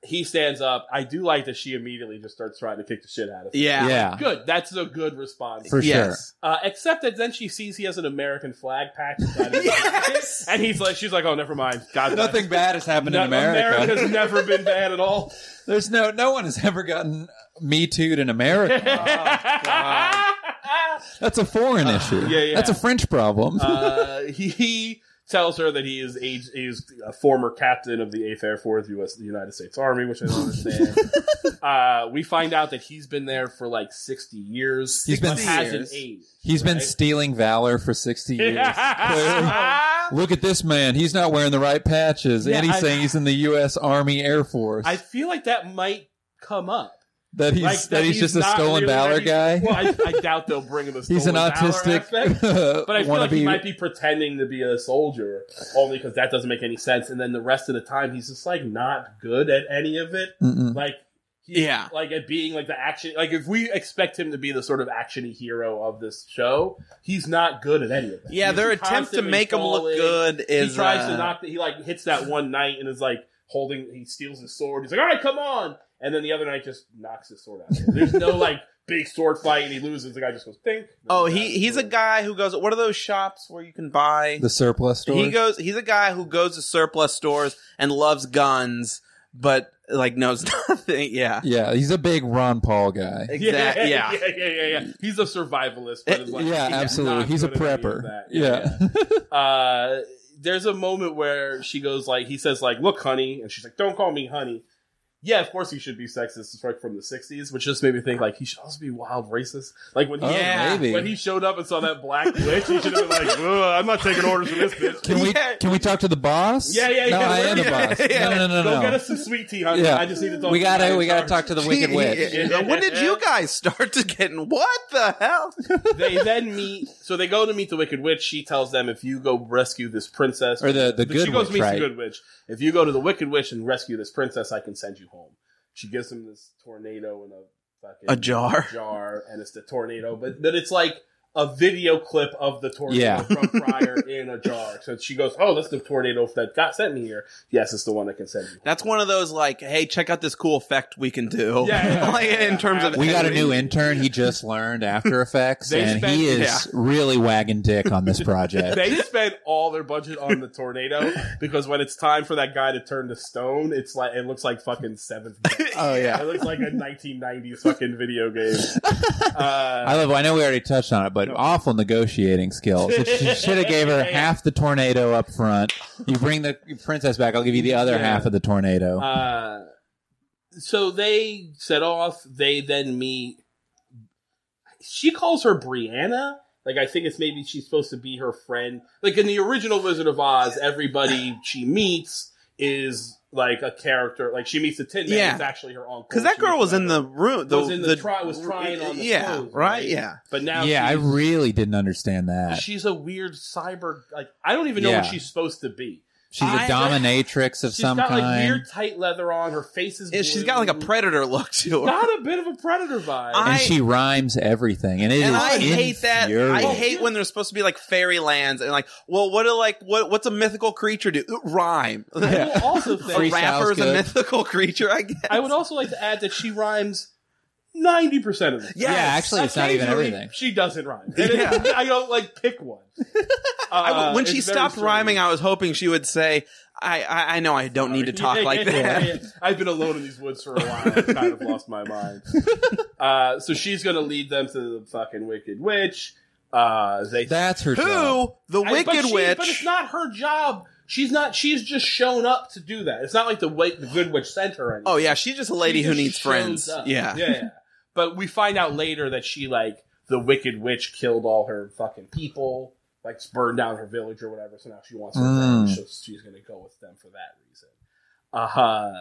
Speaker 2: he stands up. I do like that she immediately just starts trying to kick the shit out of him.
Speaker 3: Yeah,
Speaker 4: Yeah,
Speaker 2: Good. That's a good response.
Speaker 4: for
Speaker 3: yes.
Speaker 2: Uh, except that then she sees he has an American flag patch, inside his
Speaker 3: Yes.
Speaker 2: and he's like, she's like, oh, never mind. God,
Speaker 4: sure. Nothing bad has happened
Speaker 2: No,
Speaker 4: in America.
Speaker 2: has never been bad at all.
Speaker 4: There's no no one has ever gotten me too'd in America. That's a foreign issue.
Speaker 2: yeah, yeah.
Speaker 4: That's a French problem.
Speaker 2: uh, he, he tells her that he is age, he is a former captain of the Eighth Air Force, U.S. the United States Army, which I don't understand. uh, we find out that he's been there for like sixty years.
Speaker 4: He's been-
Speaker 2: but hasn't
Speaker 3: years.
Speaker 2: aged.
Speaker 4: He's been
Speaker 2: right?
Speaker 4: stealing valor for 60 years. Clearly. Look at this man. He's not wearing the right patches.
Speaker 2: Yeah,
Speaker 4: and he's
Speaker 2: I-
Speaker 4: saying he's in the U.S. Army Air Force.
Speaker 2: I feel like that might come up.
Speaker 4: that he's,
Speaker 2: like
Speaker 4: that, he's, just a
Speaker 2: not
Speaker 4: stolen
Speaker 2: really-
Speaker 4: valor
Speaker 2: that he's-
Speaker 4: guy.
Speaker 2: Well, I, I doubt they'll bring him a stolen
Speaker 4: he's an
Speaker 2: valor
Speaker 4: autistic.
Speaker 2: aspect. But I feel like he
Speaker 4: wannabe-
Speaker 2: might be pretending to be a soldier only because that doesn't make any sense. And then the rest of the time, he's just like not good at any of it.
Speaker 4: Mm-mm.
Speaker 2: Like, he-
Speaker 3: Yeah.
Speaker 2: like at being like the action. Like, if we expect him to be the sort of actiony hero of this show, he's not good at any of that.
Speaker 3: Yeah,
Speaker 2: He's
Speaker 3: their attempt to
Speaker 2: constantly
Speaker 3: make him look
Speaker 2: falling.
Speaker 3: good is
Speaker 2: he tries
Speaker 3: uh,
Speaker 2: to knock. The, he like hits that one knight and is like holding. He steals his sword. He's like, "All right, come on!" And then the other knight just knocks his sword out. There's no like big sword fight, and he loses. The guy just goes, "Think."
Speaker 3: Oh, he he's a guy who goes. What are those shops where you can buy?
Speaker 4: the surplus store.
Speaker 3: He goes. He's a guy who goes to surplus stores and loves guns, but like knows nothing. Yeah,
Speaker 4: yeah, he's a big Ron Paul guy.
Speaker 3: exactly. Yeah.
Speaker 2: yeah, yeah, yeah, yeah. He's a survivalist. But it's like,
Speaker 4: Eh, yeah, absolutely.
Speaker 2: not
Speaker 4: He's a
Speaker 2: good at any of
Speaker 4: prepper.
Speaker 2: that.
Speaker 4: Yeah.
Speaker 2: uh, there's a moment where she goes like he says like look honey and she's like don't call me honey yeah of course he should be sexist it's like from the 60s which just made me think like he should also be wild racist like when he,
Speaker 4: Oh,
Speaker 3: Yeah.
Speaker 4: maybe.
Speaker 2: when he showed up and saw that black witch he should have been like "Ugh, i'm not taking orders from this bitch
Speaker 4: Can we
Speaker 3: Yeah.
Speaker 4: can we talk to the boss?
Speaker 2: Yeah, yeah,
Speaker 4: No,
Speaker 2: yeah.
Speaker 4: I am the
Speaker 2: Yeah,
Speaker 4: boss.
Speaker 3: yeah.
Speaker 4: No, no, no,
Speaker 2: go
Speaker 4: no.
Speaker 2: get us some sweet tea honey
Speaker 4: Yeah.
Speaker 2: i just need to talk
Speaker 4: we
Speaker 2: to the guy
Speaker 4: gotta
Speaker 2: in
Speaker 4: we gotta
Speaker 2: charge."
Speaker 4: talk to the Wicked Witch.
Speaker 3: Yeah. uh, When did you guys start to get? What the hell?
Speaker 2: they then meet so they go to meet the wicked witch she tells them if you go rescue this princess
Speaker 4: Or the- the
Speaker 2: But
Speaker 4: good
Speaker 2: she goes
Speaker 4: witch,
Speaker 2: meets
Speaker 4: right.
Speaker 2: the good witch if you go to the wicked witch and rescue this princess i can send you home she gives him this tornado in a fucking
Speaker 3: A jar.
Speaker 2: jar and it's the tornado but but it's like a video clip of the tornado
Speaker 4: Yeah.
Speaker 2: from prior in a jar so she goes oh that's the tornado that got sent me here yes it's the one that can send you
Speaker 3: That's one of those like, hey, check out this cool effect we can do.
Speaker 2: Yeah, yeah,
Speaker 3: like
Speaker 2: yeah,
Speaker 3: in
Speaker 2: yeah.
Speaker 3: terms of
Speaker 4: We got a new intern. He just learned After Effects,
Speaker 2: They
Speaker 4: and
Speaker 2: spent-
Speaker 4: he is
Speaker 3: yeah.
Speaker 4: really wagging dick on this project.
Speaker 2: they spend all their budget on the tornado because when it's time for that guy to turn to stone, it's like it looks like fucking seventh. grade.
Speaker 4: oh
Speaker 2: It
Speaker 4: yeah,
Speaker 2: looks like a 1990s fucking video game. Uh,
Speaker 4: I love. I know we already touched on it, but awful negotiating skills. It should have gave her half the tornado up front. You bring the princess back, I'll give you the other
Speaker 2: Yeah.
Speaker 4: half of the tornado.
Speaker 2: uh, so they set off. They then meet. She calls her Brianna. Like I think it's maybe she's supposed to be her friend. Like in the original Wizard of Oz, everybody she meets is like a character. Like she meets the Tin Man.
Speaker 3: Yeah.
Speaker 2: It's actually her uncle.
Speaker 3: because that
Speaker 2: She
Speaker 3: girl
Speaker 2: meets
Speaker 3: was in
Speaker 2: her-
Speaker 3: the room. The,
Speaker 2: was in the, try, was trying on the
Speaker 3: yeah,
Speaker 2: clothes,
Speaker 3: right, yeah.
Speaker 2: But now,
Speaker 4: yeah, I
Speaker 2: she's-
Speaker 4: really didn't understand that.
Speaker 2: she's a weird cyber. Like I don't even know
Speaker 4: Yeah.
Speaker 2: what she's supposed to be.
Speaker 4: She's a
Speaker 3: I-
Speaker 4: dominatrix of
Speaker 2: She's
Speaker 4: some
Speaker 2: got like
Speaker 4: kind.
Speaker 2: weird tight leather on. Her face is.
Speaker 3: Yeah, she's got like a
Speaker 2: blue.
Speaker 3: predator look to her.
Speaker 2: Got a bit of a predator vibe.
Speaker 3: I-
Speaker 4: and she rhymes everything, and it is
Speaker 3: and I hate that. I
Speaker 4: infuriating.
Speaker 3: hate when there's supposed to be like fairy lands and like, well, what do like what what's a mythical creature do? It Rhyme.
Speaker 2: I will also think.
Speaker 4: Free
Speaker 3: a rapper
Speaker 4: sounds
Speaker 3: is a
Speaker 4: good.
Speaker 3: mythical creature, I guess.
Speaker 2: I would also like to add that she rhymes ninety percent of the time.
Speaker 3: Yes.
Speaker 4: Yeah, actually, it's not even
Speaker 2: Occasionally,
Speaker 4: everything.
Speaker 2: She doesn't rhyme. And it-
Speaker 3: Yeah.
Speaker 2: I don't like pick one.
Speaker 3: I-
Speaker 2: Uh,
Speaker 3: when she
Speaker 2: it's very
Speaker 3: stopped
Speaker 2: strange.
Speaker 3: rhyming, I was hoping she would say, "I I, I know I don't need to talk
Speaker 2: Yeah,
Speaker 3: like
Speaker 2: yeah, yeah,
Speaker 3: that."
Speaker 2: yeah. I've been alone in these woods for a while. I've kind of lost my mind. Uh, so she's going to lead them to the fucking Wicked Witch. Uh, they
Speaker 4: That's her job.
Speaker 3: Who the
Speaker 2: I- but
Speaker 3: Wicked
Speaker 2: she-
Speaker 3: Witch?
Speaker 2: But it's not her job. She's not. She's just shown up to do that. It's not like the wait, the good witch sent her. Anything.
Speaker 3: oh yeah, she's just a lady
Speaker 2: She
Speaker 3: who
Speaker 2: just
Speaker 3: needs
Speaker 2: shows
Speaker 3: friends.
Speaker 2: up.
Speaker 3: Yeah.
Speaker 2: yeah, yeah. But we find out later that she like the Wicked Witch killed all her fucking people, like burned down her village or whatever. So now she wants her
Speaker 4: Mm.
Speaker 2: revenge. So she's gonna go with them for that reason. Uh huh.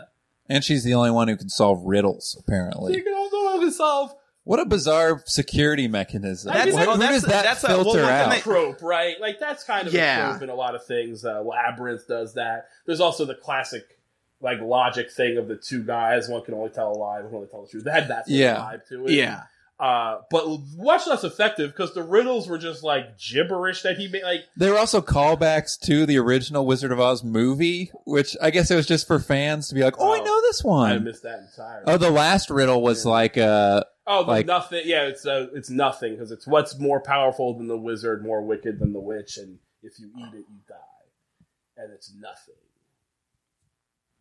Speaker 4: And she's the only one who can solve riddles,
Speaker 2: You
Speaker 4: apparently.
Speaker 2: can also solve
Speaker 4: What a bizarre security mechanism.
Speaker 2: That's-
Speaker 4: Where-
Speaker 2: oh,
Speaker 4: who
Speaker 3: that's
Speaker 4: does
Speaker 3: a-
Speaker 4: that
Speaker 3: that's a- well,
Speaker 4: filter
Speaker 3: one
Speaker 4: out?
Speaker 3: thing
Speaker 2: trope, right? Like that's kind of
Speaker 3: Yeah.
Speaker 2: a trope in a lot of things. Uh, Labyrinth does that. There's also the classic like logic thing of the two guys. One can only tell a lie, one can only tell the truth. They had that sort
Speaker 4: Yeah.
Speaker 2: of vibe to it.
Speaker 3: Yeah.
Speaker 2: Uh, but much less effective because the riddles were just like gibberish that he made. Like
Speaker 4: There were also callbacks to the original Wizard of Oz movie, which I guess it was just for fans to be like, "Oh, I
Speaker 2: Oh,
Speaker 4: know this
Speaker 2: I
Speaker 4: one."
Speaker 2: missed that entirely.
Speaker 4: Oh, the last riddle was like, uh,
Speaker 2: oh, but
Speaker 4: like-
Speaker 2: nothing. Yeah, it's uh, it's nothing because it's what's more powerful than the wizard, more wicked than the witch, and if you eat it, you die, and it's nothing.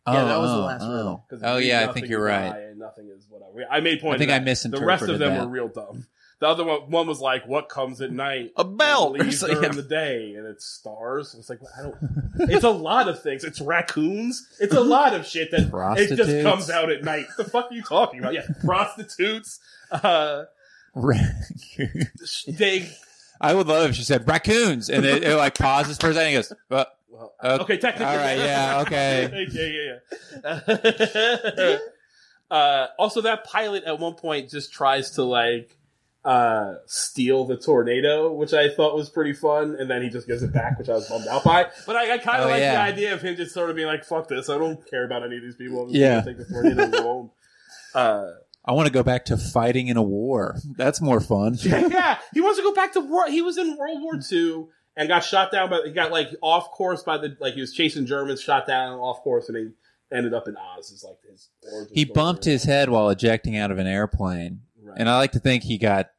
Speaker 3: Yeah,
Speaker 4: oh,
Speaker 3: that was the
Speaker 4: oh,
Speaker 3: last
Speaker 4: oh.
Speaker 3: riddle.
Speaker 2: 'Cause
Speaker 4: Oh
Speaker 2: if you
Speaker 4: yeah, I
Speaker 2: nothing,
Speaker 4: think you're
Speaker 2: you
Speaker 4: right.
Speaker 2: die, and nothing is what I, I made point.
Speaker 4: I think
Speaker 2: of
Speaker 4: I
Speaker 2: that.
Speaker 4: misinterpreted
Speaker 2: The rest of them
Speaker 4: that.
Speaker 2: were real dumb. The other one, one was like, "What comes at night?"
Speaker 4: Oh,
Speaker 3: A bell
Speaker 2: and
Speaker 3: or
Speaker 2: leaves during
Speaker 3: something.
Speaker 2: the day, and it's stars. It's like I don't. It's a lot of things. It's raccoons. It's a lot of shit that it just
Speaker 4: Prostitutes.
Speaker 2: comes out at night. The fuck are you talking about? Yeah, prostitutes. Uh, they
Speaker 4: I would love if she said raccoons, and then it like pauses for a second. And goes, "Uh,
Speaker 2: well,
Speaker 4: uh,
Speaker 2: okay, technically,
Speaker 4: all right, yeah, okay.
Speaker 2: yeah, yeah, yeah. uh, also, that pilot at one point just tries to like uh, steal the tornado, which I thought was pretty fun, and then he just gives it back, which I was bummed out by. But I, I kind
Speaker 4: Oh,
Speaker 2: of like
Speaker 4: yeah.
Speaker 2: the idea of him just sort of being like, "Fuck this! I don't care about any of these people. I'm just
Speaker 4: Yeah.
Speaker 2: gonna take the tornado and go home." Uh,
Speaker 4: I want to go back to fighting in a war. That's more fun."
Speaker 2: yeah, he wants to go back to war. He was in World War II and got shot down, but he got like off course by the like he was chasing Germans, shot down off course, and he ended up in Oz. Is like his origin
Speaker 4: He
Speaker 2: story.
Speaker 4: bumped his head while ejecting out of an airplane,
Speaker 2: Right.
Speaker 4: and I like to think he got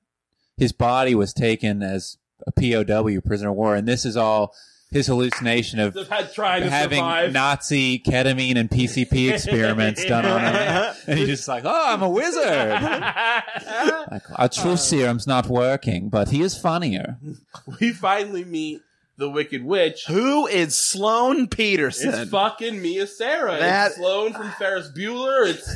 Speaker 4: his body was taken as a POW, prisoner of war, and this is all his hallucination of
Speaker 2: Just had trying to
Speaker 4: having
Speaker 2: survive.
Speaker 4: Nazi ketamine and PCP experiments done on him, and he's just like, "Oh, I'm a wizard." Like, Our
Speaker 2: Uh.
Speaker 4: truth serum's not working, but he is funnier.
Speaker 2: we finally meet the Wicked Witch.
Speaker 3: Who is Sloane Peterson?
Speaker 2: It's fucking Mia Sarah.
Speaker 3: That-
Speaker 2: It's Sloane from Ferris Bueller. It's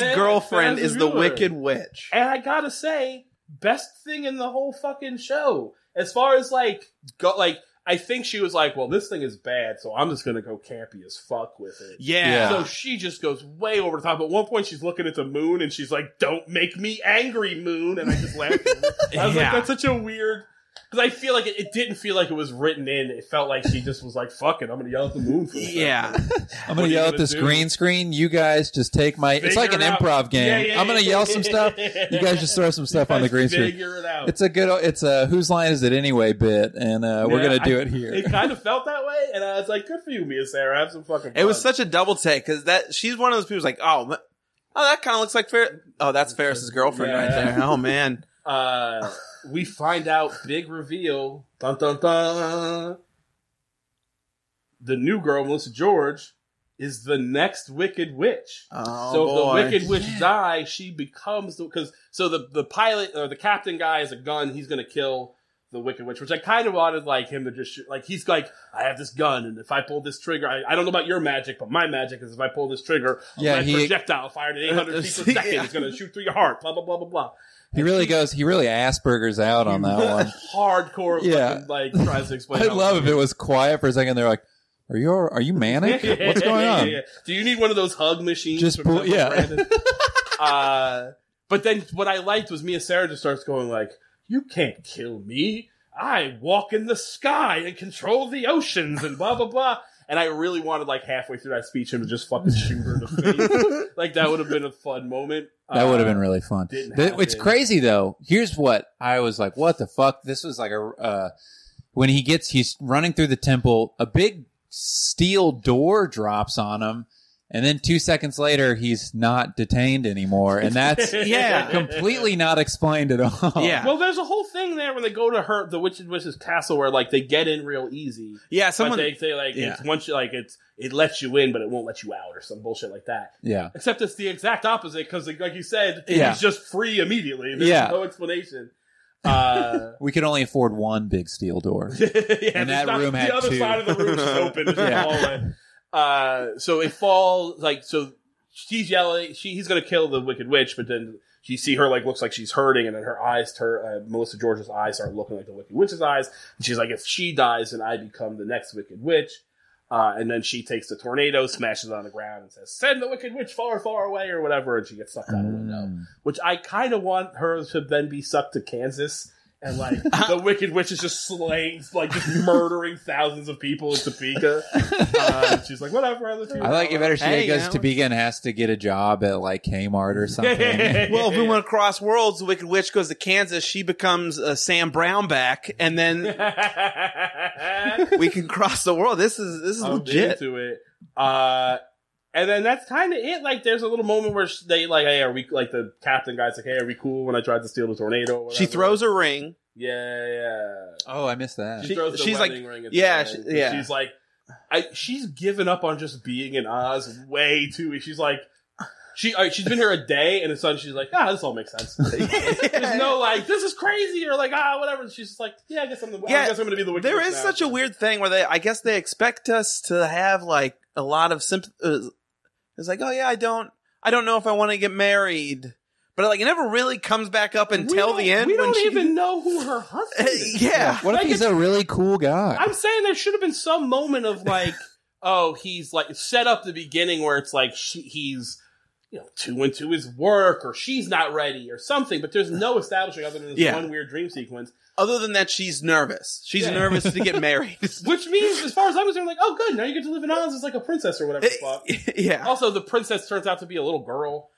Speaker 2: Yeah,
Speaker 3: girlfriend
Speaker 2: Ferris
Speaker 3: is the
Speaker 2: Bueller.
Speaker 3: Wicked Witch.
Speaker 2: And I gotta say, best thing in the whole fucking show. As far as like go like I think she was like, Well, this thing is bad, so I'm just gonna go campy as fuck with it.
Speaker 3: Yeah.
Speaker 2: So she just goes way over the top. At one point, she's looking at the moon and she's like, "Don't make me angry, moon." And I just laughed. at her. I was
Speaker 3: Yeah.
Speaker 2: like, "That's such a weird." Because I feel like it, it didn't feel like it was written in. It felt like she just was like, "Fuck it, I'm gonna yell at the moon." For this
Speaker 3: Yeah.
Speaker 4: I'm
Speaker 2: What are
Speaker 4: gonna
Speaker 2: you
Speaker 4: yell
Speaker 2: gonna
Speaker 4: at this
Speaker 2: do?
Speaker 4: green screen. You guys just take my. it's like an
Speaker 2: Figure it out.
Speaker 4: improv game.
Speaker 2: Yeah, yeah,
Speaker 4: I'm gonna
Speaker 2: yeah.
Speaker 4: yell some stuff. You guys just throw some stuff on the green screen.
Speaker 2: Figure it out.
Speaker 4: It's a good. It's a whose line is it anyway bit, and uh, we're
Speaker 2: Yeah,
Speaker 4: gonna do
Speaker 2: I-
Speaker 4: it here.
Speaker 2: It kind of felt that way, and I was like, "Good for you, Mia Sarah. Have some fucking."
Speaker 3: It was
Speaker 2: fun."
Speaker 3: such a double take because that she's one of those people who's like, oh, ma- oh, that kind of looks like Fer. Oh, that's Ferris's girlfriend
Speaker 2: Yeah.
Speaker 3: right there. Oh man,
Speaker 2: Uh, we find out big reveal. Dun dun dun. The new girl, Melissa George, is the next Wicked Witch.
Speaker 3: oh
Speaker 2: so
Speaker 3: boy.
Speaker 2: if the Wicked Witch dies, she becomes the because so the the pilot or the captain guy is a gun. He's gonna kill the Wicked Witch, which I kind of wanted like him to just shoot. Like he's like, I have this gun, and if I pull this trigger, I, I don't know about your magic, but my magic is if I pull this trigger,
Speaker 4: Yeah,
Speaker 2: my
Speaker 4: he-
Speaker 2: projectile fired at 800 feet per
Speaker 3: Yeah.
Speaker 2: second is gonna shoot through your heart. Blah blah blah blah blah.
Speaker 4: He really goes. He really Asperger's out on that one.
Speaker 2: Hardcore,
Speaker 4: Yeah.
Speaker 2: fucking, like tries to explain.
Speaker 4: I
Speaker 2: how
Speaker 4: love if it was quiet for a second. They're like, "Are you all- are you manic? What's
Speaker 2: Yeah,
Speaker 4: going
Speaker 2: yeah,
Speaker 4: on?"
Speaker 2: yeah. Do you need one of those hug machines?
Speaker 4: Just
Speaker 2: from
Speaker 4: pull-
Speaker 2: Temple
Speaker 4: yeah.
Speaker 2: Grandin? uh, but then what I liked was Mia Sarah just starts going like, "You can't kill me. I walk in the sky and control the oceans and blah blah blah." And I really wanted like halfway through that speech him to just fucking shoot her in the face. like that would have been a fun moment.
Speaker 4: That would have
Speaker 2: Uh,
Speaker 4: been really fun.
Speaker 2: didn't
Speaker 4: The- it's
Speaker 2: happen.
Speaker 4: crazy though. Here's what I was like, what the fuck? This was like a uh, when he gets he's running through the temple, a big steel door drops on him, and then two seconds later he's not detained anymore, and that's
Speaker 3: Yeah.
Speaker 4: completely not explained at all.
Speaker 3: Yeah.
Speaker 2: Well, there's a whole thing there when they go to her, the Witch and Witch's castle, where like they get in real easy.
Speaker 3: Yeah, someone.
Speaker 2: but they say like
Speaker 3: yeah.
Speaker 2: it's once you like it's it lets you in, but it won't let you out or some bullshit like that.
Speaker 4: yeah.
Speaker 2: Except it's the exact opposite because like, like you said,
Speaker 4: Yeah.
Speaker 2: he's just free immediately. There's
Speaker 4: Yeah.
Speaker 2: no explanation. Uh,
Speaker 4: We could only afford one big steel door.
Speaker 2: yeah,
Speaker 4: And
Speaker 2: there's
Speaker 4: that room
Speaker 2: the
Speaker 4: had
Speaker 2: other
Speaker 4: two.
Speaker 2: side of the room is just open. There's
Speaker 4: Yeah.
Speaker 2: yeah. Uh, so it falls like so. She's yelling. She he's gonna kill the Wicked Witch, but then you see her like looks like she's hurting, and then her eyes, her uh, Melissa George's eyes start looking like the Wicked Witch's eyes. And she's like, if she dies, then I become the next Wicked Witch. Uh, and then she takes the tornado, smashes it on the ground, and says, "Send the Wicked Witch far, far away," or whatever. And she gets sucked out a window
Speaker 4: Mm.
Speaker 2: which I kind of want her to then be sucked to Kansas. And like the Wicked Witch is just slaying, like just murdering thousands of people in Topeka. Uh, and she's like, whatever, I live here.
Speaker 4: I like it better. She
Speaker 3: Hey,
Speaker 4: goes
Speaker 3: you know.
Speaker 4: to Topeka and has to get a job at like Kmart or something.
Speaker 3: well, if we went across worlds, the Wicked Witch goes to Kansas. She becomes uh, Sam Brownback, and then we can cross the world. This is this is
Speaker 2: I'm
Speaker 3: legit.
Speaker 2: into it. Uh, and then that's kind of it. Like, there's a little moment where sh- they like, hey, are we like the captain guy's like, hey, are we cool when I tried to steal the tornado? or
Speaker 3: She
Speaker 2: whatever?
Speaker 3: throws a ring.
Speaker 2: Yeah, yeah.
Speaker 4: oh, I missed that.
Speaker 2: She,
Speaker 3: She-
Speaker 2: throws the
Speaker 3: she's
Speaker 2: wedding ring at the
Speaker 3: yeah,
Speaker 2: end,
Speaker 3: she-
Speaker 2: 'cause
Speaker 3: yeah.
Speaker 2: She's like, I, she's given up on just being in Oz way too. easy. She's like, she uh, she's been here a day, and suddenly she's like, ah, this all makes sense. There's no like, this is crazy, or like, ah, whatever. She's just like, yeah, I guess I'm the, I
Speaker 3: Yeah,
Speaker 2: guess I'm gonna be the. Wicked
Speaker 3: There
Speaker 2: Witch
Speaker 3: is
Speaker 2: now.
Speaker 3: such a weird thing where they, I guess, they expect us to have like a lot of sympathy. It's like, oh yeah, I don't, I don't know if I want to get married, but like it never really comes back up
Speaker 2: We
Speaker 3: until
Speaker 2: don't-
Speaker 3: the end.
Speaker 2: We
Speaker 3: when
Speaker 2: don't
Speaker 3: she,
Speaker 2: even know who her husband. is.
Speaker 3: yeah,
Speaker 4: What if
Speaker 2: Like,
Speaker 4: he's a really cool guy?
Speaker 2: I'm saying there should have been some moment of like, oh, he's like set up the beginning where it's like she, he's you know two into his work or she's not ready or something. But there's no establishing other than this
Speaker 3: Yeah.
Speaker 2: one weird dream sequence,
Speaker 3: Other than that, she's nervous. She's
Speaker 2: Yeah.
Speaker 3: nervous to get married.
Speaker 2: which means as far as I'm concerned, like, oh, good, now you get to live in Oz as like a princess or whatever. the fuck.
Speaker 3: Eh,
Speaker 2: Oh,
Speaker 3: yeah.
Speaker 2: Also, the princess turns out to be a little girl.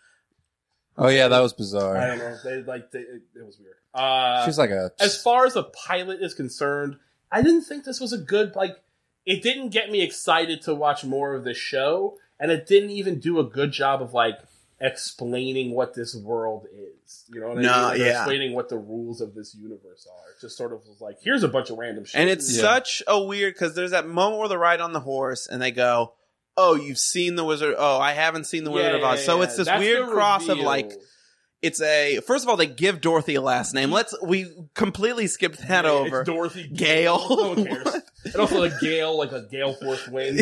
Speaker 4: oh yeah, that was
Speaker 2: I
Speaker 4: bizarre.
Speaker 2: don't know. They like they, it, it was weird. Uh,
Speaker 4: She's like a
Speaker 2: as far as a pilot is concerned, I didn't think this was a good like it didn't get me excited to watch more of this show, and it didn't even do a good job of like explaining what this world is. You know what I
Speaker 3: No,
Speaker 2: mean? Or
Speaker 3: yeah.
Speaker 2: Explaining what the rules of this universe are. It just sort of was like, here's a bunch of random shit.
Speaker 3: And it's
Speaker 4: Yeah.
Speaker 3: such a weird because there's that moment where they ride on the horse and they go, "Oh, you've seen the Wizard. Oh, I haven't seen the
Speaker 2: Yeah,
Speaker 3: Wizard of
Speaker 2: yeah,
Speaker 3: Oz." so
Speaker 2: yeah.
Speaker 3: it's this
Speaker 2: That's
Speaker 3: weird
Speaker 2: the
Speaker 3: cross of
Speaker 2: reveal.
Speaker 3: like it's a first of all they give Dorothy a last name. Let's we completely skipped that
Speaker 2: Yeah,
Speaker 3: over.
Speaker 2: It's Dorothy
Speaker 3: Gale.
Speaker 2: No one cares. and also a gale, like a gale force wind.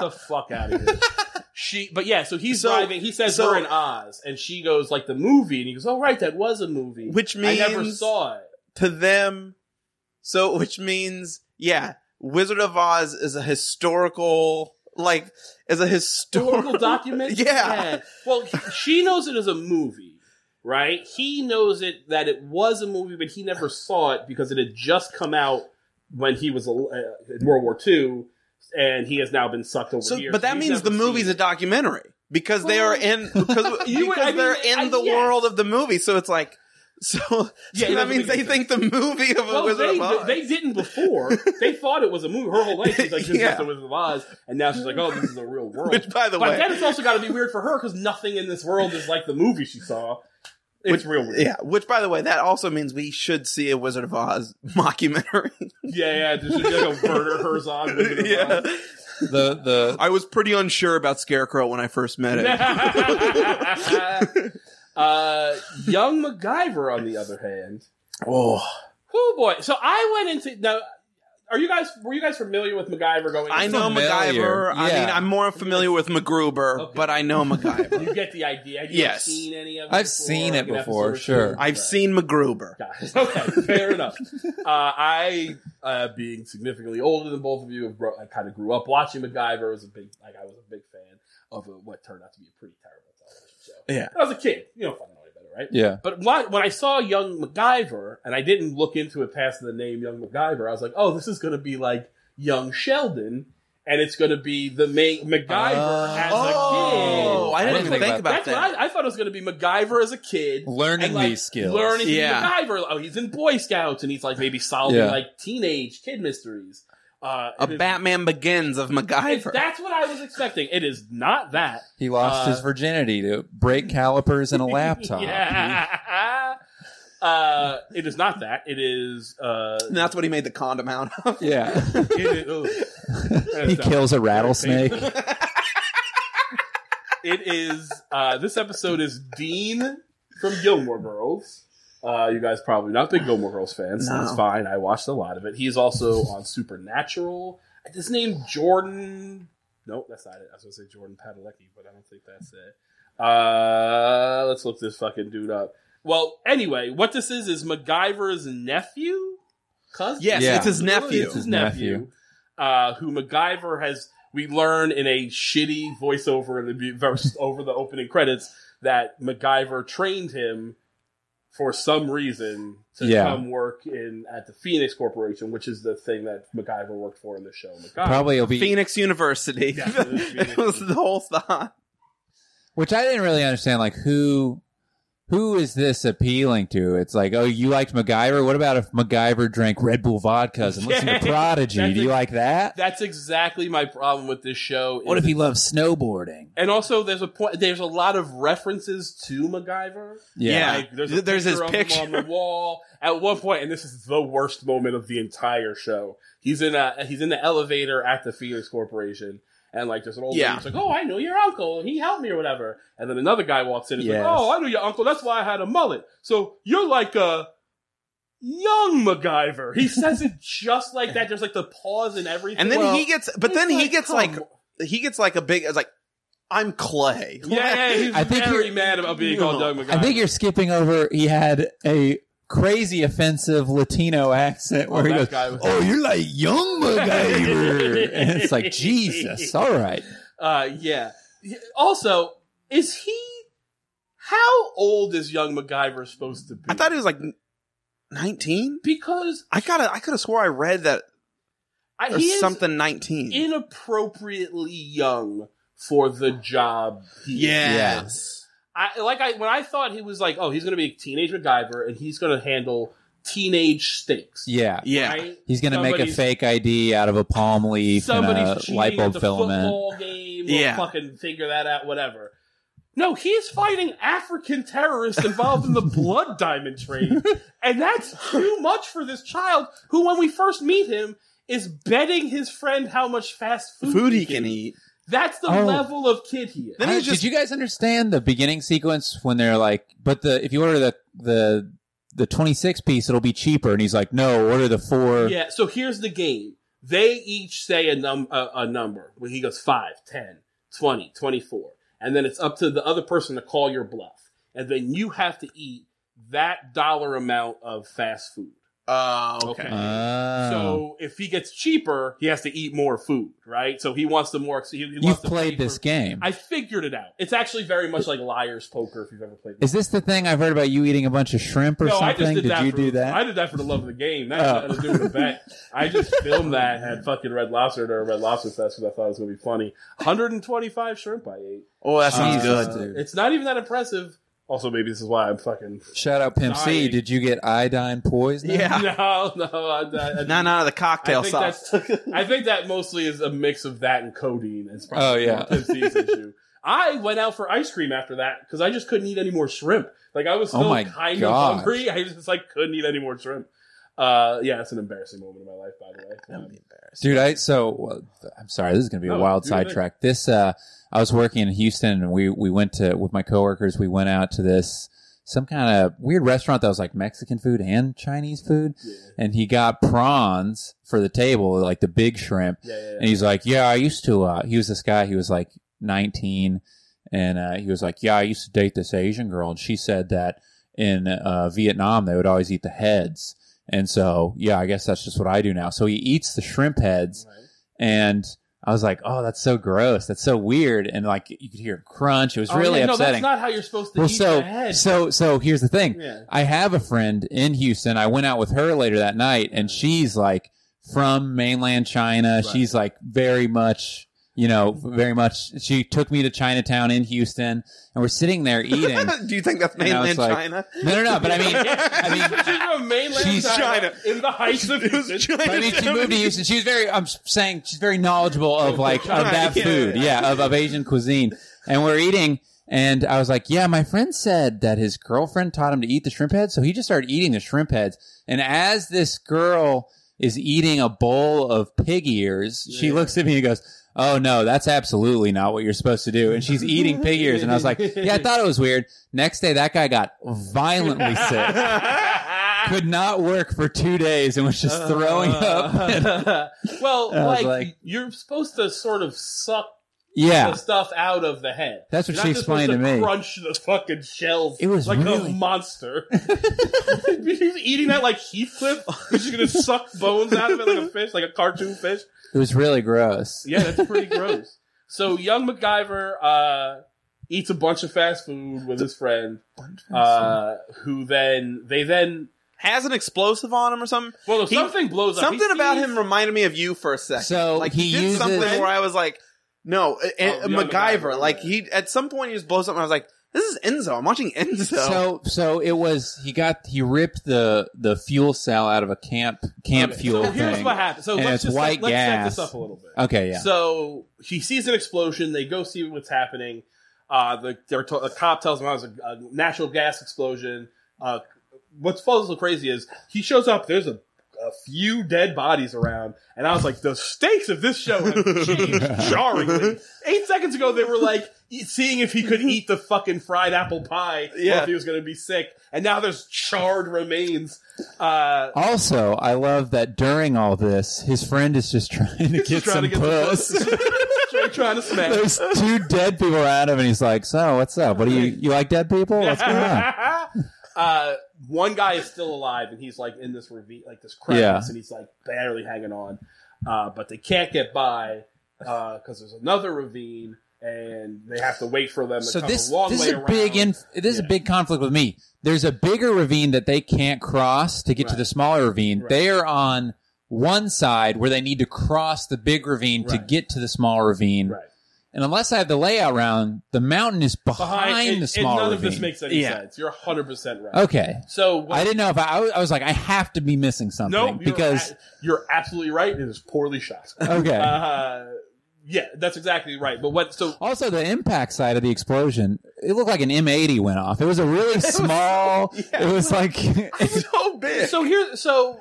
Speaker 2: Get the fuck out of here. she, but yeah, so he's
Speaker 3: So-
Speaker 2: driving. He says
Speaker 3: so-
Speaker 2: we're in Oz, and she goes like the movie, and he goes, "Oh right, that was a movie."
Speaker 3: Which
Speaker 2: I never
Speaker 3: means-
Speaker 2: saw it.
Speaker 3: to them, so which means yeah, Wizard of Oz is a historical like is a historical
Speaker 2: Historical document.
Speaker 3: Yeah.
Speaker 2: Well, he- she knows it as a movie. Right, he knows it that it was a movie, but he never saw it because it had just come out when he was uh, in World War II, and he has now been sucked over
Speaker 3: So,
Speaker 2: here.
Speaker 3: but
Speaker 2: so
Speaker 3: that
Speaker 2: he's
Speaker 3: means the
Speaker 2: never seen
Speaker 3: movie's
Speaker 2: it.
Speaker 3: a documentary because they are
Speaker 2: Well,
Speaker 3: in because,
Speaker 2: you would-
Speaker 3: because
Speaker 2: I mean,
Speaker 3: they're in
Speaker 2: I-
Speaker 3: the
Speaker 2: yes.
Speaker 3: world of the movie. So it's like so, so
Speaker 2: Yeah, it
Speaker 3: that
Speaker 2: doesn't
Speaker 3: means
Speaker 2: make
Speaker 3: they
Speaker 2: any
Speaker 3: think the movie of a
Speaker 2: Well,
Speaker 3: Wizard of Oz.
Speaker 2: they, they didn't before. they thought it was a movie. Her whole life she's like, "This
Speaker 3: Yeah.
Speaker 2: is the Wizard of Oz," and now she's like, "Oh, this is the real world."
Speaker 3: which, by the
Speaker 2: but
Speaker 3: way,
Speaker 2: then it's also got to be weird for her because nothing in this world is like the movie she saw. It's real weird.
Speaker 3: yeah, which by the way, that also means we should see a Wizard of Oz mockumentary.
Speaker 2: yeah, yeah. This is like a Werner Herzog. Wizard of
Speaker 3: yeah,
Speaker 2: Oz.
Speaker 4: the the
Speaker 3: I was pretty unsure about Scarecrow when I first met it.
Speaker 2: uh, young MacGyver, on the other hand,
Speaker 3: oh,
Speaker 2: oh boy. So I went into now. Are you guys were you guys familiar with MacGyver going?
Speaker 3: I
Speaker 2: into-
Speaker 3: know
Speaker 4: familiar.
Speaker 3: MacGyver. I mean,
Speaker 4: Yeah.
Speaker 3: I'm more familiar with MacGruber,
Speaker 2: Okay.
Speaker 3: but I know MacGyver.
Speaker 2: You get the idea. Have you
Speaker 3: Yes.
Speaker 2: seen any of it?
Speaker 4: I've
Speaker 2: before?
Speaker 4: seen it
Speaker 2: Like an
Speaker 4: before,
Speaker 2: episode or
Speaker 4: sure.
Speaker 2: two?
Speaker 3: I've
Speaker 2: Right.
Speaker 3: seen MacGruber.
Speaker 2: Got it. Okay, fair enough. Uh, I, uh, being significantly older than both of you, have grow- I kind of grew up watching MacGyver. Was a big like I was a big fan of a, what turned out to be a pretty terrible television show.
Speaker 3: Yeah.
Speaker 2: I was a kid. You don't fucking know any better, right?
Speaker 4: yeah.
Speaker 2: But what, when I saw Young MacGyver, and I didn't look into it past the name Young MacGyver, I was like, oh, this is going to be like Young Sheldon. and it's going to be the main MacGyver
Speaker 4: Oh.
Speaker 2: as
Speaker 3: Oh,
Speaker 2: a kid.
Speaker 3: I didn't
Speaker 4: I didn't
Speaker 3: even
Speaker 4: think
Speaker 3: think about
Speaker 2: That's
Speaker 3: that.
Speaker 2: what I, I thought it was going to be MacGyver as a kid.
Speaker 4: Learning
Speaker 2: and, like,
Speaker 4: these skills.
Speaker 2: Learning he's
Speaker 3: Yeah.
Speaker 2: MacGyver. Oh, he's in Boy Scouts and he's like maybe solving
Speaker 4: Yeah.
Speaker 2: like teenage kid mysteries. Uh,
Speaker 3: A
Speaker 2: it is-
Speaker 3: Batman Begins of
Speaker 2: it's-
Speaker 3: MacGyver.
Speaker 2: That's what I was expecting. It is not that.
Speaker 4: He lost
Speaker 2: Uh,
Speaker 4: his virginity to brake calipers and a laptop.
Speaker 2: yeah. Uh, it is not that. It is. Uh,
Speaker 3: And that's what he made the condom out of.
Speaker 4: Yeah.
Speaker 2: it is oh. ugh. That
Speaker 4: he
Speaker 2: sounds-
Speaker 4: kills a rattlesnake.
Speaker 2: It is. Uh, this episode is Dean from Gilmore Girls. Uh, you guys probably not big Gilmore Girls fans.
Speaker 3: No.
Speaker 2: That's fine. I watched a lot of it. He's also on Supernatural. His name Jordan. No, that's not it. I was going to say Jordan Padalecki, but I don't think that's it. Uh, let's look this fucking dude up. Well, anyway, what this is is MacGyver's nephew. Cousin?
Speaker 3: Yes,
Speaker 4: Yeah.
Speaker 3: it's his nephew.
Speaker 2: It's his
Speaker 4: His
Speaker 2: nephew, uh, who MacGyver has. We learn in a shitty voiceover in the be- verse over the opening credits that MacGyver trained him for some reason to
Speaker 4: Yeah.
Speaker 2: come work in at the Phoenix Corporation, which is the thing that MacGyver worked for in the show. MacGyver.
Speaker 4: Probably it'll be
Speaker 3: Phoenix University.
Speaker 2: Yeah, it was Phoenix
Speaker 3: it was the whole thought.
Speaker 4: which I didn't really understand. Like who, who is this appealing to? It's like, oh, you liked MacGyver. What about if MacGyver drank Red Bull vodkas and listened to
Speaker 2: Yeah.
Speaker 4: Prodigy?
Speaker 2: That's
Speaker 4: Do you
Speaker 2: a-
Speaker 4: like that?
Speaker 2: That's exactly my problem with this show.
Speaker 4: What
Speaker 2: is-
Speaker 4: if he loves snowboarding?
Speaker 2: and also, there's a point. There's a lot of references to MacGyver.
Speaker 3: Yeah.
Speaker 2: Like, there's
Speaker 3: Th-
Speaker 2: a
Speaker 3: there's his
Speaker 2: picture of him
Speaker 3: picture.
Speaker 2: on the wall at one point, and this is the worst moment of the entire show. He's in a he's in the elevator at the Phoenix Corporation, and like there's an old
Speaker 3: Yeah.
Speaker 2: lady's like, "Oh, I know your uncle, and he helped me or whatever." And then another guy walks in, and
Speaker 4: Yes.
Speaker 2: like, "Oh, I know your uncle. That's why I had a mullet. So you're like a." Young MacGyver. He says it just like that. There's like the pause and everything.
Speaker 3: And then
Speaker 2: Well,
Speaker 3: he gets, but
Speaker 2: it's
Speaker 3: then he gets
Speaker 2: come
Speaker 3: like,
Speaker 2: on.
Speaker 3: he gets like a big, it's like, I'm Clay.
Speaker 2: yeah, yeah, he's
Speaker 4: I think
Speaker 2: very
Speaker 4: you're-
Speaker 2: mad about being called Doug MacGyver.
Speaker 4: I think you're skipping over. He had a crazy offensive Latino accent where he
Speaker 2: that
Speaker 4: goes,
Speaker 2: guy was-
Speaker 4: "Oh, you're like young MacGyver," and it's like, Jesus, all right.
Speaker 2: Uh, yeah. Also, is he? How old is young MacGyver supposed to be?
Speaker 3: I thought he was like 19.
Speaker 2: because
Speaker 3: I gotta, I could have swore I read that
Speaker 2: I,
Speaker 3: or
Speaker 2: he is
Speaker 3: something 19.
Speaker 2: inappropriately young for the job. He
Speaker 3: Yes.
Speaker 2: I like I when I thought he was like, oh, he's gonna be a teenage MacGyver and he's gonna handle teenage stakes.
Speaker 4: Yeah,
Speaker 3: Yeah.
Speaker 2: right?
Speaker 4: he's gonna make a
Speaker 2: Somebody's-
Speaker 4: fake ID out of a palm leaf
Speaker 2: Somebody's
Speaker 4: and a
Speaker 2: cheating
Speaker 4: light
Speaker 2: at
Speaker 4: bulb
Speaker 2: the
Speaker 4: filament.
Speaker 2: football game. Or
Speaker 3: Yeah.
Speaker 2: fucking figure that out. Whatever. No, he's fighting African terrorists involved in the blood diamond trade, and that's too much for this child. Who, when we first meet him, is betting his friend how much fast food,
Speaker 3: Food he can eat.
Speaker 2: That's the
Speaker 4: Oh.
Speaker 2: level of kid he is.
Speaker 3: Then
Speaker 4: I-
Speaker 3: he's just-
Speaker 4: did you guys understand the beginning sequence when they're like, but the if you order the the the twenty six piece, it'll be cheaper, and he's like, no, order the four.
Speaker 2: Yeah. So here's the game. They each say a num a, a number. When he goes 5, 10, 20, 24. And then it's up to the other person to call your bluff. And then you have to eat that dollar amount of fast food.
Speaker 3: Oh,
Speaker 2: Okay.
Speaker 4: Oh.
Speaker 2: So if he gets cheaper, he has to eat more food, right? So he wants the more. He, he wants
Speaker 4: you've
Speaker 2: the
Speaker 4: played
Speaker 2: cheaper-
Speaker 4: this game.
Speaker 2: I figured it out. It's actually very much like liar's poker if you've ever played.
Speaker 4: Is this the thing I've heard about you eating a bunch of shrimp or
Speaker 2: no,
Speaker 4: something?
Speaker 2: I just did, that
Speaker 4: you
Speaker 2: for,
Speaker 4: do that?
Speaker 2: I did that for the love of the game. That
Speaker 4: Oh.
Speaker 2: had nothing to do with a bet. I just filmed that at fucking Red Lobster at a Red Lobster Fest because I thought it was going to be funny. 125 shrimp I ate.
Speaker 3: Oh, that sounds
Speaker 4: sounds Jesus,
Speaker 3: good.
Speaker 4: good. dude.
Speaker 2: It's not even that impressive. Also, maybe this is why I'm fucking.
Speaker 4: Shout out Pimp C.
Speaker 2: Dying.
Speaker 4: Did you get iodine poisoning?
Speaker 3: Yeah.
Speaker 2: No, no, I, I,
Speaker 3: Not out of the
Speaker 2: I
Speaker 3: cocktail
Speaker 2: think
Speaker 3: sauce.
Speaker 2: that's. I think that mostly is a mix of that and codeine. It's
Speaker 4: Oh,
Speaker 2: probably
Speaker 4: yeah.
Speaker 2: more Pimp C's issue. I went out for ice cream after that because I just couldn't eat any more shrimp. Like I was
Speaker 4: Oh
Speaker 2: still
Speaker 4: my
Speaker 2: kind
Speaker 4: gosh.
Speaker 2: of hungry. I just like couldn't eat any more shrimp. Uh, yeah, it's an embarrassing moment in my life, by the way. Um,
Speaker 4: Dude, I so well, I'm sorry. This is gonna be a
Speaker 2: No,
Speaker 4: wild
Speaker 2: do your thing.
Speaker 4: sidetrack. This uh, I was working in Houston, and we we went to with my coworkers. We went out to this some kind of weird restaurant that was like Mexican food and Chinese food,
Speaker 2: yeah,
Speaker 4: and he got prawns for the table, like the big shrimp.
Speaker 2: yeah, yeah, yeah.
Speaker 4: And he's like, yeah, I used to, uh, he was this guy, he was like 19 and, uh, he was like, yeah, I used to date this Asian girl. And she said that in, uh, Vietnam, they would always eat the heads. And so, yeah, I guess that's just what I do now. So he eats the shrimp heads
Speaker 2: Right.
Speaker 4: and I was like, oh, that's so gross. That's so weird. And like, you could hear it crunch. It was
Speaker 2: Oh,
Speaker 4: really
Speaker 2: yeah,
Speaker 4: upsetting.
Speaker 2: No, that's not how you're supposed to
Speaker 4: well,
Speaker 2: eat
Speaker 4: so,
Speaker 2: the head.
Speaker 4: so, so here's the thing.
Speaker 2: yeah.
Speaker 4: I have a friend in Houston. I went out with her later that night, and she's like from mainland China. She's like very much, you know, very much. She took me to Chinatown in Houston, and we're sitting there eating. no,
Speaker 3: Do you think that's
Speaker 4: And I was
Speaker 3: mainland
Speaker 4: like-
Speaker 3: China?
Speaker 4: no, no. But I mean, I mean,
Speaker 2: She's from mainland
Speaker 4: She's
Speaker 2: China,
Speaker 3: China.
Speaker 2: in the heights of Houston.
Speaker 4: But I mean, she moved to Houston. She was very. I'm saying she's very knowledgeable of like of that
Speaker 3: Yeah.
Speaker 4: food, yeah, of, of Asian cuisine. And we're eating, and I was like, "Yeah, my friend said that his girlfriend taught him to eat the shrimp heads, so he just started eating the shrimp heads." And as this girl is eating a bowl of pig ears, she looks at me and goes. Oh no, that's absolutely not what you're supposed to do. And she's eating pig ears, and I was like, "Yeah, I thought it was weird." Next day, that guy got violently sick could not work for two days and was just throwing
Speaker 2: Uh.
Speaker 4: up.
Speaker 2: well,
Speaker 4: I was
Speaker 2: like,
Speaker 4: like-
Speaker 2: you're supposed to sort of suck the
Speaker 4: yeah.
Speaker 2: stuff out of the head.
Speaker 4: That's what
Speaker 2: You're
Speaker 4: she
Speaker 2: not just supposed
Speaker 4: explained to me.
Speaker 2: Crunch the fucking shells.
Speaker 4: It was
Speaker 2: like
Speaker 4: really-
Speaker 2: a monster. She's eating that like Heathcliff. She's gonna suck bones out of it like a fish, like a cartoon fish.
Speaker 4: It was really gross.
Speaker 2: Yeah, that's pretty gross. So young MacGyver uh, eats a bunch of fast food with his friend, uh, who then they then
Speaker 3: Has an explosive on him or something?
Speaker 2: well
Speaker 3: He-
Speaker 2: something blows up. He
Speaker 3: Something about
Speaker 2: sees-
Speaker 3: him reminded me of you for a second.
Speaker 4: So
Speaker 3: like
Speaker 4: he
Speaker 3: he, did
Speaker 4: uses-
Speaker 3: something where I was like, no, uh,
Speaker 2: Oh,
Speaker 3: uh,
Speaker 2: yeah,
Speaker 3: MacGyver.
Speaker 2: MacGyver,
Speaker 3: Like
Speaker 2: yeah.
Speaker 3: he at some point he just blows up, and I was like, this is Enzo. I'm watching Enzo.
Speaker 4: So so it was he got he ripped the the fuel cell out of a camp camp
Speaker 2: Okay,
Speaker 4: fuel
Speaker 2: So here's
Speaker 4: thing.
Speaker 2: what happened. So
Speaker 4: And
Speaker 2: let's
Speaker 4: it's
Speaker 2: just
Speaker 4: white
Speaker 2: let's set this
Speaker 4: gas.
Speaker 2: up a little bit.
Speaker 4: Okay, yeah.
Speaker 2: So he sees an explosion. They go see what's happening. Uh, the, they're to- the cop tells him it was a, a natural gas explosion. Uh, what's also crazy is he shows up. There's a, a few dead bodies around, and I was like, the stakes of this show have changed jarringly. Eight seconds ago, they were like e- seeing if he could eat the fucking fried apple pie, or
Speaker 3: Yeah.
Speaker 2: if he was going to be sick, and now there's charred remains. Uh,
Speaker 4: also, I love that during all this, his friend is just trying to get
Speaker 2: trying
Speaker 4: some
Speaker 2: to get
Speaker 4: puss.
Speaker 2: some puss. trying to smash.
Speaker 4: There's two dead people around him, and he's like, "So, what's up? What do you you like dead people? What's going on?"
Speaker 2: uh, one guy is still alive, and he's like in this ravine, like this crevice,
Speaker 4: Yeah.
Speaker 2: and he's like barely hanging on. Uh, but they can't get by because there's another ravine, and they have to wait for them. To
Speaker 4: So
Speaker 2: come
Speaker 4: this
Speaker 2: a long
Speaker 4: this
Speaker 2: way
Speaker 4: is a
Speaker 2: around.
Speaker 4: big inf- this is a
Speaker 2: Yeah.
Speaker 4: big conflict with me. There's a bigger ravine that they can't cross to get to
Speaker 2: Right.
Speaker 4: the smaller ravine.
Speaker 2: Right.
Speaker 4: They are on one side where they need to cross the big ravine to
Speaker 2: Right.
Speaker 4: get to the small ravine.
Speaker 2: right
Speaker 4: And unless I have the layout round, the mountain is behind,
Speaker 2: behind it-
Speaker 4: the
Speaker 2: it-
Speaker 4: small
Speaker 2: none
Speaker 4: ravine.
Speaker 2: of this makes any
Speaker 3: Yeah.
Speaker 2: sense. You're 100 percent right.
Speaker 4: okay.
Speaker 2: So what-
Speaker 4: I didn't know if I, I was, I was like I have to be missing something
Speaker 2: no, you're
Speaker 4: because
Speaker 2: a- you're absolutely right. It is poorly shot.
Speaker 4: okay.
Speaker 2: Uh, yeah, that's exactly right. But what? So
Speaker 4: Also, the impact side of the explosion, it looked like an M80 went off. It was a really small. It was like
Speaker 3: so big.
Speaker 2: So here, so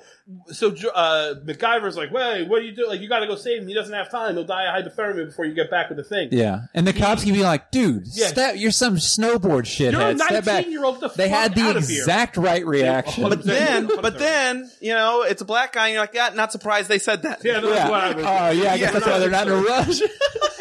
Speaker 2: so uh, MacGyver's like, "Wait, what do you do? Like, you got to go save him. He doesn't have time. He'll die of hypothermia before you get back with the thing."
Speaker 4: Yeah, and the cops can be like, "Dude,
Speaker 2: Yeah.
Speaker 4: step, you're some snowboard
Speaker 2: You're a
Speaker 4: shithead. Step back."
Speaker 2: 19 year old. The
Speaker 4: They
Speaker 2: fuck
Speaker 4: had the
Speaker 2: out of here.
Speaker 4: exact right reaction.
Speaker 2: Yeah.
Speaker 4: Yeah,
Speaker 3: but then, but then, you know, it's a black guy, and you're like, yeah, not surprised they said that.
Speaker 2: Yeah, that's what I was.
Speaker 4: Oh yeah, I guess
Speaker 3: Yeah.
Speaker 4: that's why they're not in a rush.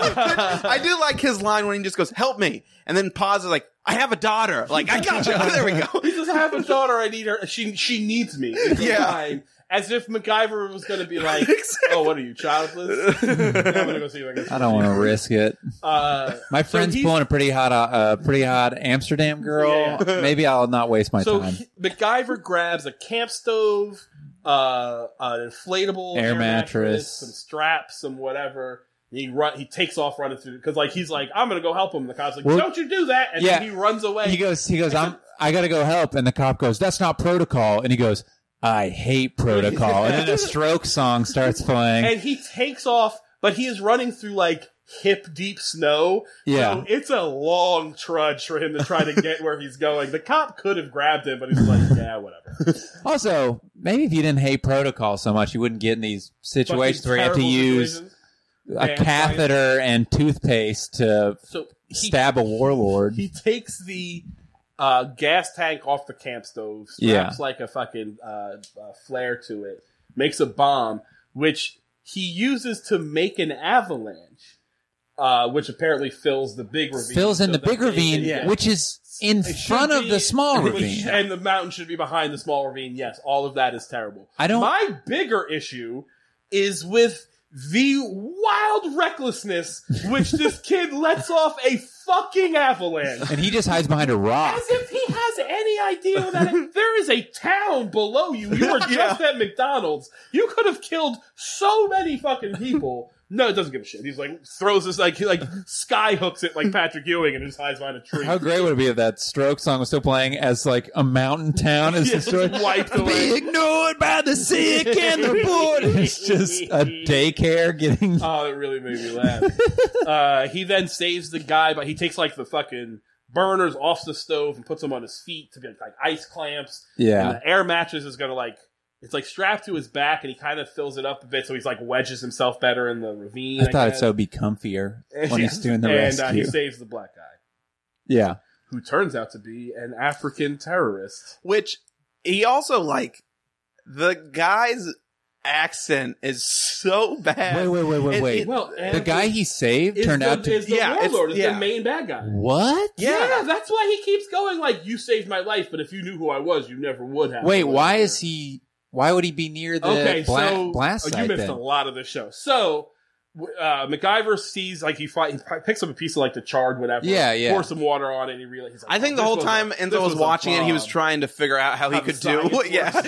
Speaker 3: I do like his line when he just goes, "Help me," and then pauses, like, "I have a daughter." Like, I got you. there we
Speaker 2: he
Speaker 3: go.
Speaker 2: doesn't have a daughter. I need her. She she needs me. It's
Speaker 3: Yeah.
Speaker 2: fine. As if MacGyver was going to be like,
Speaker 3: Exactly.
Speaker 2: "Oh, what are you childless?" I'm gonna go see if I can-
Speaker 4: I don't want to risk it.
Speaker 2: Uh,
Speaker 4: My friend's
Speaker 2: he's-
Speaker 4: pulling a pretty hot, uh, uh, pretty hot Amsterdam girl.
Speaker 2: Yeah.
Speaker 4: Maybe I'll not waste my
Speaker 2: so
Speaker 4: time.
Speaker 2: he- MacGyver grabs a camp stove, uh, an inflatable
Speaker 4: Air mattress.
Speaker 2: some straps, some whatever. And he run. He takes off running through because like he's like, I'm gonna go help him. The cop's like,
Speaker 4: Well-
Speaker 2: Don't you do that? And
Speaker 4: Yeah.
Speaker 2: then he runs away.
Speaker 4: he goes, he goes, I'm, I gotta go help, and the cop goes, "That's not protocol," and he goes, "I hate protocol," and then a stroke song starts playing.
Speaker 2: and he takes off, but he is running through like hip deep snow.
Speaker 4: Yeah.
Speaker 2: So it's a long trudge for him to try to get where he's going. The cop could have grabbed him, but he's like, Yeah, whatever.
Speaker 4: also, maybe if you didn't hate protocol so much, you wouldn't get in these situations
Speaker 2: Fucking
Speaker 4: where you have to
Speaker 2: terrible
Speaker 4: use.
Speaker 2: situations.
Speaker 4: a
Speaker 2: And
Speaker 4: catheter and toothpaste to
Speaker 2: So he
Speaker 4: stab a warlord.
Speaker 2: he takes the uh, gas tank off the camp stove, straps like a fucking uh, uh, flare to it, makes a bomb, which he uses to make an avalanche, uh, which apparently fills the big ravine.
Speaker 4: fills in
Speaker 2: So
Speaker 4: the
Speaker 2: that
Speaker 4: big
Speaker 2: they
Speaker 4: ravine,
Speaker 2: can- yeah.
Speaker 4: which is in
Speaker 2: It should
Speaker 4: front of
Speaker 2: be-
Speaker 4: the small
Speaker 2: which-
Speaker 4: ravine.
Speaker 2: and the mountain should be behind the small ravine. Yes, all of that is terrible.
Speaker 4: I don't-
Speaker 2: My bigger issue is with the wild recklessness which this kid lets off a fucking avalanche.
Speaker 4: And he just hides behind a rock.
Speaker 2: As if he has any idea that it- there is a town below you. You were just at McDonald's. You could have killed so many fucking people. No, it doesn't give a shit. He's like throws this like he like sky hooks it like Patrick Ewing and just hides behind a tree.
Speaker 4: How great would it be if that stroke song was still playing as like a mountain town is
Speaker 2: Yeah,
Speaker 4: destroyed?
Speaker 2: just wiped away.
Speaker 4: Be ignored by the sick and the poor. It's just a daycare getting.
Speaker 2: Oh, it really made me laugh. uh, he then saves the guy, but he takes like the fucking burners off the stove and puts them on his feet to be like, like ice clamps. And
Speaker 4: yeah.
Speaker 2: the air mattress is gonna like it's like strapped to his back, and he kind of fills it up a bit, so he's like wedges himself better in the ravine.
Speaker 4: I thought
Speaker 2: guess.
Speaker 4: it'd so be comfier when he's doing the
Speaker 2: and Uh, he
Speaker 4: rescue.
Speaker 2: saves the black guy,
Speaker 4: yeah.
Speaker 2: who turns out to be an African terrorist.
Speaker 3: Which he also like the guy's accent is so bad.
Speaker 4: Wait, wait, wait, wait,
Speaker 3: It-
Speaker 4: wait.
Speaker 3: it-
Speaker 2: Well,
Speaker 4: the guy he saved turned out to.
Speaker 2: is the
Speaker 3: Yeah, it's-
Speaker 2: warlord, is the
Speaker 3: yeah.
Speaker 2: main bad guy.
Speaker 4: what?
Speaker 2: Yeah. that's why he keeps going like, you saved my life, but if you knew who I was, you never would have.
Speaker 4: Wait, why is he? Why would he be near the
Speaker 2: Okay,
Speaker 4: bla-
Speaker 2: so
Speaker 4: blast
Speaker 2: oh, you
Speaker 4: site
Speaker 2: missed
Speaker 4: then?
Speaker 2: a lot of the show. So w- uh, MacGyver sees like he, fi- he pi- picks up a piece of like the charred whatever.
Speaker 4: Yeah, yeah.
Speaker 2: Pours some water on it. And he really. He's like,
Speaker 3: I think
Speaker 2: "Oh,
Speaker 3: the
Speaker 2: this
Speaker 3: whole
Speaker 2: a-
Speaker 3: time
Speaker 2: this
Speaker 3: Enzo was
Speaker 2: a
Speaker 3: watching it, he was
Speaker 2: bomb."
Speaker 3: trying to figure out how he
Speaker 2: How the
Speaker 3: could do.
Speaker 2: science works.
Speaker 3: Yeah,